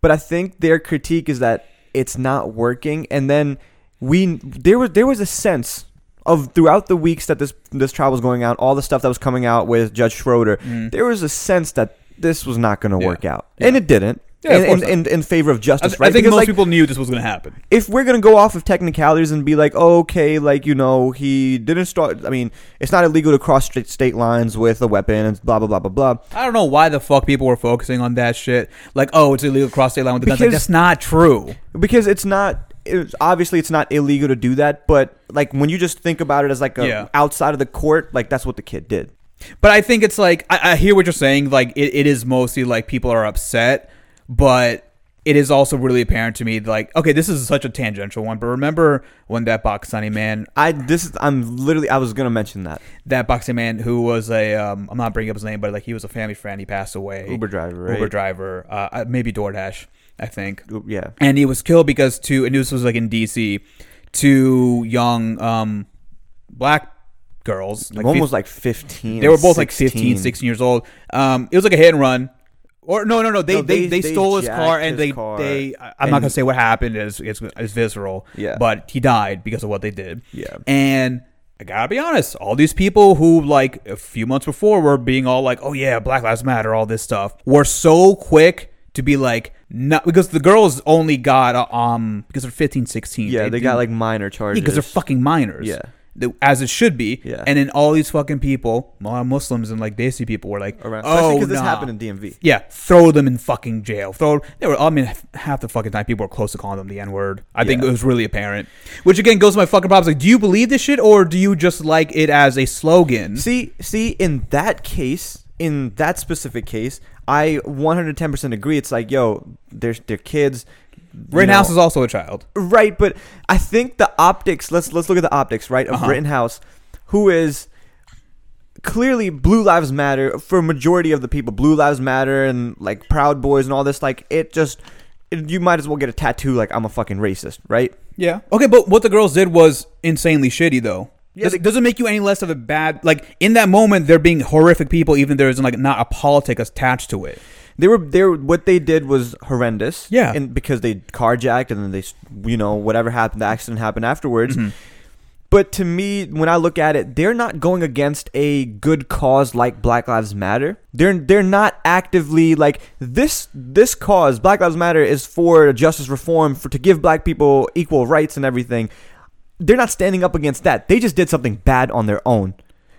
[SPEAKER 1] But I think their critique is that it's not working. And then we there was there was a sense of throughout the weeks that this this trial was going on, all the stuff that was coming out with Judge Schroeder, there was a sense that this was not going to
[SPEAKER 2] Mm-hmm. Yeah.
[SPEAKER 1] work out,
[SPEAKER 2] Yeah.
[SPEAKER 1] and it didn't.
[SPEAKER 2] Yeah, of
[SPEAKER 1] in,
[SPEAKER 2] course
[SPEAKER 1] in, in, in favor of
[SPEAKER 2] I,
[SPEAKER 1] justice,
[SPEAKER 2] th-
[SPEAKER 1] right?
[SPEAKER 2] I think
[SPEAKER 1] because
[SPEAKER 2] most
[SPEAKER 1] like
[SPEAKER 2] people knew this was going to happen.
[SPEAKER 1] if we're gonna go off of technicalities and be like, oh, okay, like you know, he didn't start. I mean, it's not illegal to cross state- state lines with a weapon and blah blah blah blah blah.
[SPEAKER 2] I don't know why the fuck people were focusing on that shit. Like, oh, it's illegal to cross state line with the guns. Like,
[SPEAKER 1] Because-
[SPEAKER 2] that's not true.
[SPEAKER 1] because it's not it's, obviously it's not illegal to do that but like when you just think about it as like a,
[SPEAKER 2] Yeah.
[SPEAKER 1] outside of the court like that's what the kid did
[SPEAKER 2] But I think it's like I, I hear what you're saying. Like it, it is mostly like people are upset, but it is also really apparent to me. Like okay, this is such a tangential one, but remember when that Boxani man,
[SPEAKER 1] i this is i'm literally i was gonna mention that
[SPEAKER 2] that Boxani man who was a um, I'm not bringing up his name, but like he was a family friend. He passed away.
[SPEAKER 1] uber driver right
[SPEAKER 2] Uber driver, uh, uh, maybe DoorDash, I think.
[SPEAKER 1] U- yeah
[SPEAKER 2] and he was killed because two and this was like in DC, two young um black girls like
[SPEAKER 1] one
[SPEAKER 2] fif-
[SPEAKER 1] was like 15
[SPEAKER 2] they were
[SPEAKER 1] and
[SPEAKER 2] both like 15 16 years old um it was like a hit and run or no no no they
[SPEAKER 1] No,
[SPEAKER 2] they,
[SPEAKER 1] they-
[SPEAKER 2] they,
[SPEAKER 1] they
[SPEAKER 2] stole his
[SPEAKER 1] jacked
[SPEAKER 2] car and
[SPEAKER 1] his
[SPEAKER 2] they
[SPEAKER 1] car
[SPEAKER 2] they I- i'm not
[SPEAKER 1] and-
[SPEAKER 2] gonna say what happened is it's, it's visceral
[SPEAKER 1] Yeah.
[SPEAKER 2] but he died because of what they did
[SPEAKER 1] Yeah.
[SPEAKER 2] and i gotta be honest all these people who like a few months before were being all like oh yeah black lives matter all this stuff were so quick to be like not because the girls only got uh, um because they're 15 16
[SPEAKER 1] yeah they
[SPEAKER 2] didn't-
[SPEAKER 1] got like minor charges
[SPEAKER 2] because they're fucking minors.
[SPEAKER 1] Yeah.
[SPEAKER 2] The- As it should be.
[SPEAKER 1] Yeah.
[SPEAKER 2] And then all these fucking people, a lot of Muslims and like Desi people were like,
[SPEAKER 1] around
[SPEAKER 2] oh,
[SPEAKER 1] because this
[SPEAKER 2] nah."
[SPEAKER 1] happened in dmv
[SPEAKER 2] yeah, throw them in fucking jail. Throw. They were. I mean, h- half the fucking time people were close to calling them the N word. I think
[SPEAKER 1] Yeah.
[SPEAKER 2] it was really apparent. Which again goes to my fucking problems. Like, do you believe this shit or do you just like it as a slogan?
[SPEAKER 1] See, see, in that case, in that specific case, I 110% agree. It's like, yo, they're, they're kids. you
[SPEAKER 2] Rittenhouse
[SPEAKER 1] know.
[SPEAKER 2] is also a child.
[SPEAKER 1] Right, but I think the optics. Let's let's look at the optics, right? Of
[SPEAKER 2] Uh-huh.
[SPEAKER 1] Rittenhouse, who is clearly Blue Lives Matter for a majority of the people. Blue Lives Matter and like Proud Boys and all this. Like it just, it, you might as well get a tattoo. Like I'm a fucking racist, right?
[SPEAKER 2] Yeah. Okay, but what the girls did was insanely shitty, though.
[SPEAKER 1] Yeah,
[SPEAKER 2] Does-
[SPEAKER 1] they-
[SPEAKER 2] doesn't make you any less of a bad. Like in that moment, they're being horrific people, even if there isn't like not a politic attached to it.
[SPEAKER 1] They were there. What they did was horrendous.
[SPEAKER 2] Yeah.
[SPEAKER 1] and because they carjacked and then they, s- you know, whatever happened, the accident happened afterwards. But to me, when I look at it, they're not going against a good cause like Black Lives Matter. They're they're not actively like this this cause Black Lives Matter is for justice reform for to give black people equal rights and everything. They're not standing up against that. They just did something bad on their own.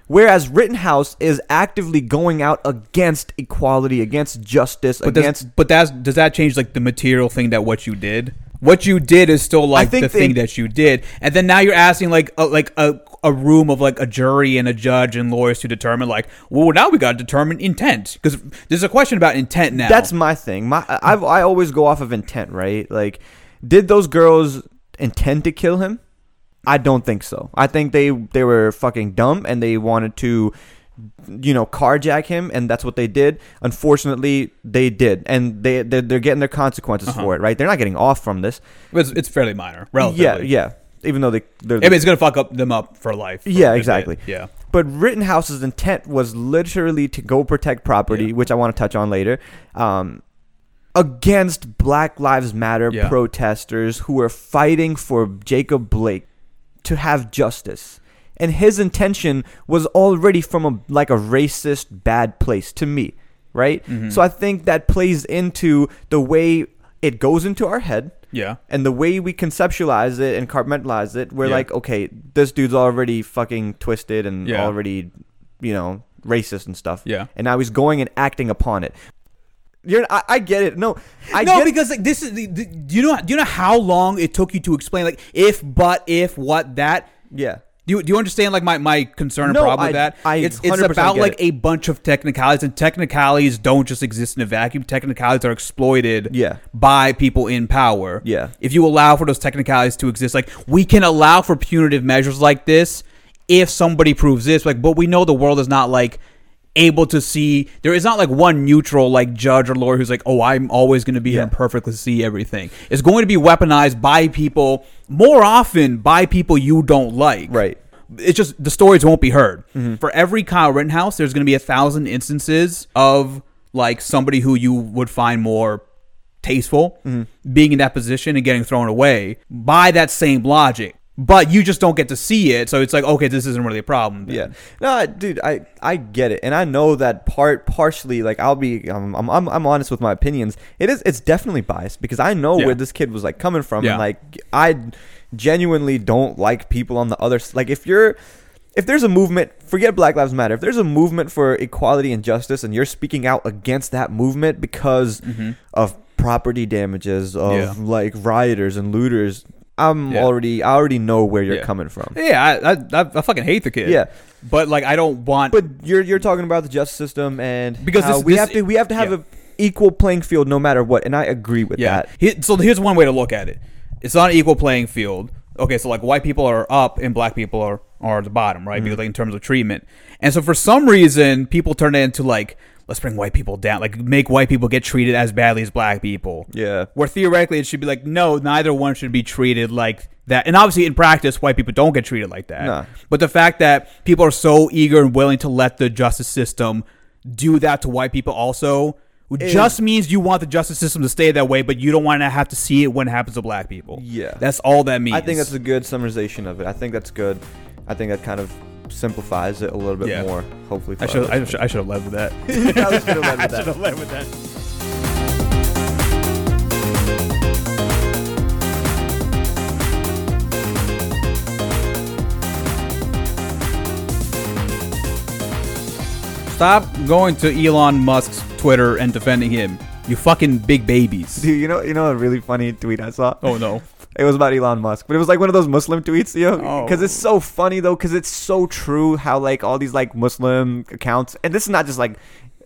[SPEAKER 1] Whereas Rittenhouse is actively going out against equality, against justice,
[SPEAKER 2] But that's
[SPEAKER 1] against
[SPEAKER 2] but that's does that change like the material thing that what you did? What you did is still like
[SPEAKER 1] think
[SPEAKER 2] the
[SPEAKER 1] they-
[SPEAKER 2] thing that you did, and then now you're asking like a, like a a room of like a jury and a judge and lawyers to determine like well now we got to determine intent because there's a question about intent now.
[SPEAKER 1] That's my thing. My I- I've, I always go off of intent, right? Like, did those girls intend to kill him? I don't think so. I think they they were fucking dumb and they wanted to, you know, carjack him, and that's what they did. Unfortunately, they did, and they they're, they're getting their consequences for it, right? They're not getting off from this.
[SPEAKER 2] it's, it's fairly minor, relatively.
[SPEAKER 1] Yeah, yeah. Even though they they're
[SPEAKER 2] I mean, it's gonna fuck up them up for life. for
[SPEAKER 1] Yeah,
[SPEAKER 2] a bit.
[SPEAKER 1] exactly.
[SPEAKER 2] Yeah.
[SPEAKER 1] But Rittenhouse's intent was literally to go protect property,
[SPEAKER 2] Yeah.
[SPEAKER 1] which I want to touch on later, um, against Black Lives Matter
[SPEAKER 2] Yeah.
[SPEAKER 1] protesters who were fighting for Jacob Blake to have justice. And his intention was already from a like a racist bad place to me, right?
[SPEAKER 2] Mm-hmm.
[SPEAKER 1] So I think that plays into the way it goes into our head
[SPEAKER 2] Yeah.
[SPEAKER 1] and the way we conceptualize it and compartmentalize it, we're
[SPEAKER 2] Yeah.
[SPEAKER 1] like, okay, this dude's already fucking twisted and
[SPEAKER 2] Yeah.
[SPEAKER 1] already you know, racist and stuff.
[SPEAKER 2] Yeah.
[SPEAKER 1] And now he's going and acting upon it. You're, I, I get it. No, I
[SPEAKER 2] no,
[SPEAKER 1] get it.
[SPEAKER 2] because like this is the, the, do you know do you know how long it took you to explain like if but if what that
[SPEAKER 1] Yeah.
[SPEAKER 2] do you, do you understand like my, my concern and
[SPEAKER 1] No,
[SPEAKER 2] problem with
[SPEAKER 1] I-
[SPEAKER 2] that?
[SPEAKER 1] I
[SPEAKER 2] it's it's
[SPEAKER 1] 100%
[SPEAKER 2] about
[SPEAKER 1] get
[SPEAKER 2] like
[SPEAKER 1] it.
[SPEAKER 2] a bunch of technicalities and technicalities don't just exist in a vacuum. Technicalities are exploited
[SPEAKER 1] Yeah.
[SPEAKER 2] by people in power.
[SPEAKER 1] Yeah.
[SPEAKER 2] If you allow for those technicalities to exist, like we can allow for punitive measures like this if somebody proves this, like but we know the world is not like able to see there is not like one neutral like judge or lawyer who's like oh i'm always going to be here
[SPEAKER 1] Yeah.
[SPEAKER 2] and perfectly see everything it's going to be weaponized by people more often by people you don't like
[SPEAKER 1] Right.
[SPEAKER 2] it's just the stories won't be heard.
[SPEAKER 1] Mm-hmm.
[SPEAKER 2] For every Kyle Rittenhouse, there's going to be a thousand instances of like somebody who you would find more tasteful
[SPEAKER 1] Mm-hmm.
[SPEAKER 2] being in that position and getting thrown away by that same logic. But you just don't get to see it, so it's like, okay, this isn't really a problem. then.
[SPEAKER 1] Yeah. No, I- dude, I I get it, and I know that part partially. Like, I'll be, um, I'm, I'm, I'm honest with my opinions. It is, it's definitely biased because I know
[SPEAKER 2] Yeah.
[SPEAKER 1] where this kid was like coming from,
[SPEAKER 2] Yeah.
[SPEAKER 1] and like, I genuinely don't like people on the other. s- Like, if you're if there's a movement, forget Black Lives Matter. If there's a movement for equality and justice, and you're speaking out against that movement because of property damages of
[SPEAKER 2] Mm-hmm. Yeah.
[SPEAKER 1] like rioters and looters, I'm
[SPEAKER 2] Yeah.
[SPEAKER 1] already, I already know where you're
[SPEAKER 2] Yeah.
[SPEAKER 1] coming from.
[SPEAKER 2] Yeah, I, I- I, I fucking hate the kid.
[SPEAKER 1] Yeah.
[SPEAKER 2] But like, I don't want.
[SPEAKER 1] But you're you're talking about the justice system and
[SPEAKER 2] Because
[SPEAKER 1] how
[SPEAKER 2] this-
[SPEAKER 1] we
[SPEAKER 2] this-
[SPEAKER 1] have to we have to have
[SPEAKER 2] yeah.
[SPEAKER 1] a equal playing field no matter what, and I agree with
[SPEAKER 2] yeah.
[SPEAKER 1] that.
[SPEAKER 2] He- so here's one way to look at it it's not an equal playing field. Okay, so like white people are up and black people are, are at the bottom, right?
[SPEAKER 1] Mm.
[SPEAKER 2] Because like in terms of treatment. And so for some reason, people turn it into like, let's bring white people down, like make white people get treated as badly as black people.
[SPEAKER 1] Yeah.
[SPEAKER 2] Where theoretically it should be like, no, neither one should be treated like that. And obviously in practice, white people don't get treated like that.
[SPEAKER 1] No.
[SPEAKER 2] But the fact that people are so eager and willing to let the justice system do that to white people also just means you want the justice system to stay that way, but you don't want to have to see it when it happens to black people.
[SPEAKER 1] Yeah.
[SPEAKER 2] That's all that means.
[SPEAKER 1] I think that's a good summarization of it. I think that's good. I think that kind of simplifies it a little bit
[SPEAKER 2] Yeah.
[SPEAKER 1] more. Hopefully, for
[SPEAKER 2] I should,
[SPEAKER 1] others.
[SPEAKER 2] I, should, I should have led with that.
[SPEAKER 1] <laughs> You probably should have led with
[SPEAKER 2] I
[SPEAKER 1] that.
[SPEAKER 2] <laughs> should have led with that. Stop going to Elon Musk's Twitter and defending him. You fucking big babies.
[SPEAKER 1] Dude, you know, you know, a really funny tweet I saw.
[SPEAKER 2] <laughs> Oh no.
[SPEAKER 1] It was about Elon Musk, but it was like one of those Muslim tweets, you know,
[SPEAKER 2] Oh.
[SPEAKER 1] because it's so funny though, because it's so true how like all these like Muslim accounts, and this is not just like,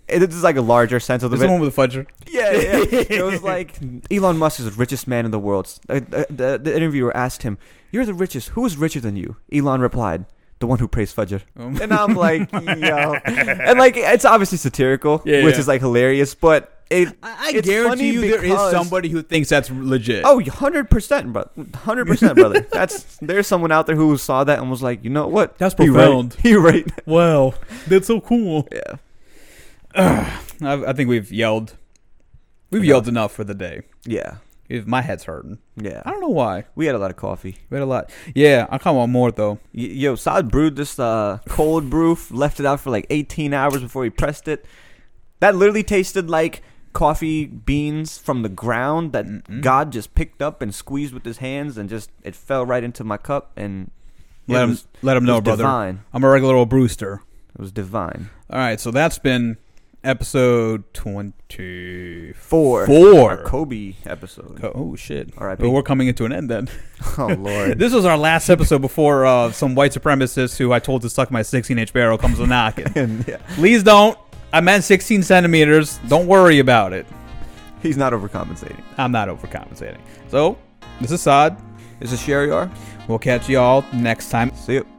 [SPEAKER 1] it- this is like a larger sense of the
[SPEAKER 2] This is the one with the fudger.
[SPEAKER 1] Yeah, yeah. it
[SPEAKER 2] <laughs>
[SPEAKER 1] was like Elon Musk is the richest man in the world. Uh, The, the, the interviewer asked him, "You're the richest. Who is richer than you?" Elon replied, "The one who prays Fajr."
[SPEAKER 2] Um.
[SPEAKER 1] And I'm
[SPEAKER 2] <laughs>
[SPEAKER 1] like, yo, and like it's obviously satirical,
[SPEAKER 2] Yeah,
[SPEAKER 1] which
[SPEAKER 2] yeah.
[SPEAKER 1] is like hilarious, but it.
[SPEAKER 2] I, I
[SPEAKER 1] It's funny
[SPEAKER 2] guarantee you there is
[SPEAKER 1] because-
[SPEAKER 2] somebody who thinks that's legit.
[SPEAKER 1] Oh, 100%, bro. 100%, brother.
[SPEAKER 2] <laughs>
[SPEAKER 1] That's there's someone out there who saw that and was like, "You know what?
[SPEAKER 2] That's
[SPEAKER 1] He right.
[SPEAKER 2] profound.
[SPEAKER 1] <laughs> He right."
[SPEAKER 2] Wow, that's so cool.
[SPEAKER 1] Yeah.
[SPEAKER 2] I, I think we've yelled. We've
[SPEAKER 1] Enough.
[SPEAKER 2] yelled enough for the day.
[SPEAKER 1] Yeah.
[SPEAKER 2] If my head's hurting. I
[SPEAKER 1] Yeah.
[SPEAKER 2] don't know why.
[SPEAKER 1] We had a lot of coffee.
[SPEAKER 2] We had a lot. Yeah, I kind of want more though.
[SPEAKER 1] Y- Yo, Saad brewed this uh, cold brew, f- left it out for like 18 hours before he pressed it. That literally tasted like coffee beans from the ground that
[SPEAKER 2] Mm-mm.
[SPEAKER 1] God just picked up and squeezed with his hands, and just it fell right into my cup. And it
[SPEAKER 2] Let him
[SPEAKER 1] was,
[SPEAKER 2] let him
[SPEAKER 1] it
[SPEAKER 2] know,
[SPEAKER 1] was
[SPEAKER 2] brother.
[SPEAKER 1] divine.
[SPEAKER 2] I'm a regular old Brewster.
[SPEAKER 1] It was divine.
[SPEAKER 2] All right, so that's been episode twenty
[SPEAKER 1] Four. Our
[SPEAKER 2] four.
[SPEAKER 1] Kobe episode.
[SPEAKER 2] Co- oh shit!
[SPEAKER 1] All right.
[SPEAKER 2] Well, we're coming into an end then.
[SPEAKER 1] <laughs>
[SPEAKER 2] <laughs>
[SPEAKER 1] oh Lord.
[SPEAKER 2] This was our last episode before uh, some white supremacist who I told to suck my 16 inch barrel comes
[SPEAKER 1] <laughs>
[SPEAKER 2] a knocking.
[SPEAKER 1] And, yeah,
[SPEAKER 2] Please don't. I meant 16 centimeters. Don't worry about it.
[SPEAKER 1] he's not overcompensating.
[SPEAKER 2] I'm not overcompensating. So, this is Saad.
[SPEAKER 1] This is Shariar.
[SPEAKER 2] We'll catch y'all next time.
[SPEAKER 1] See you.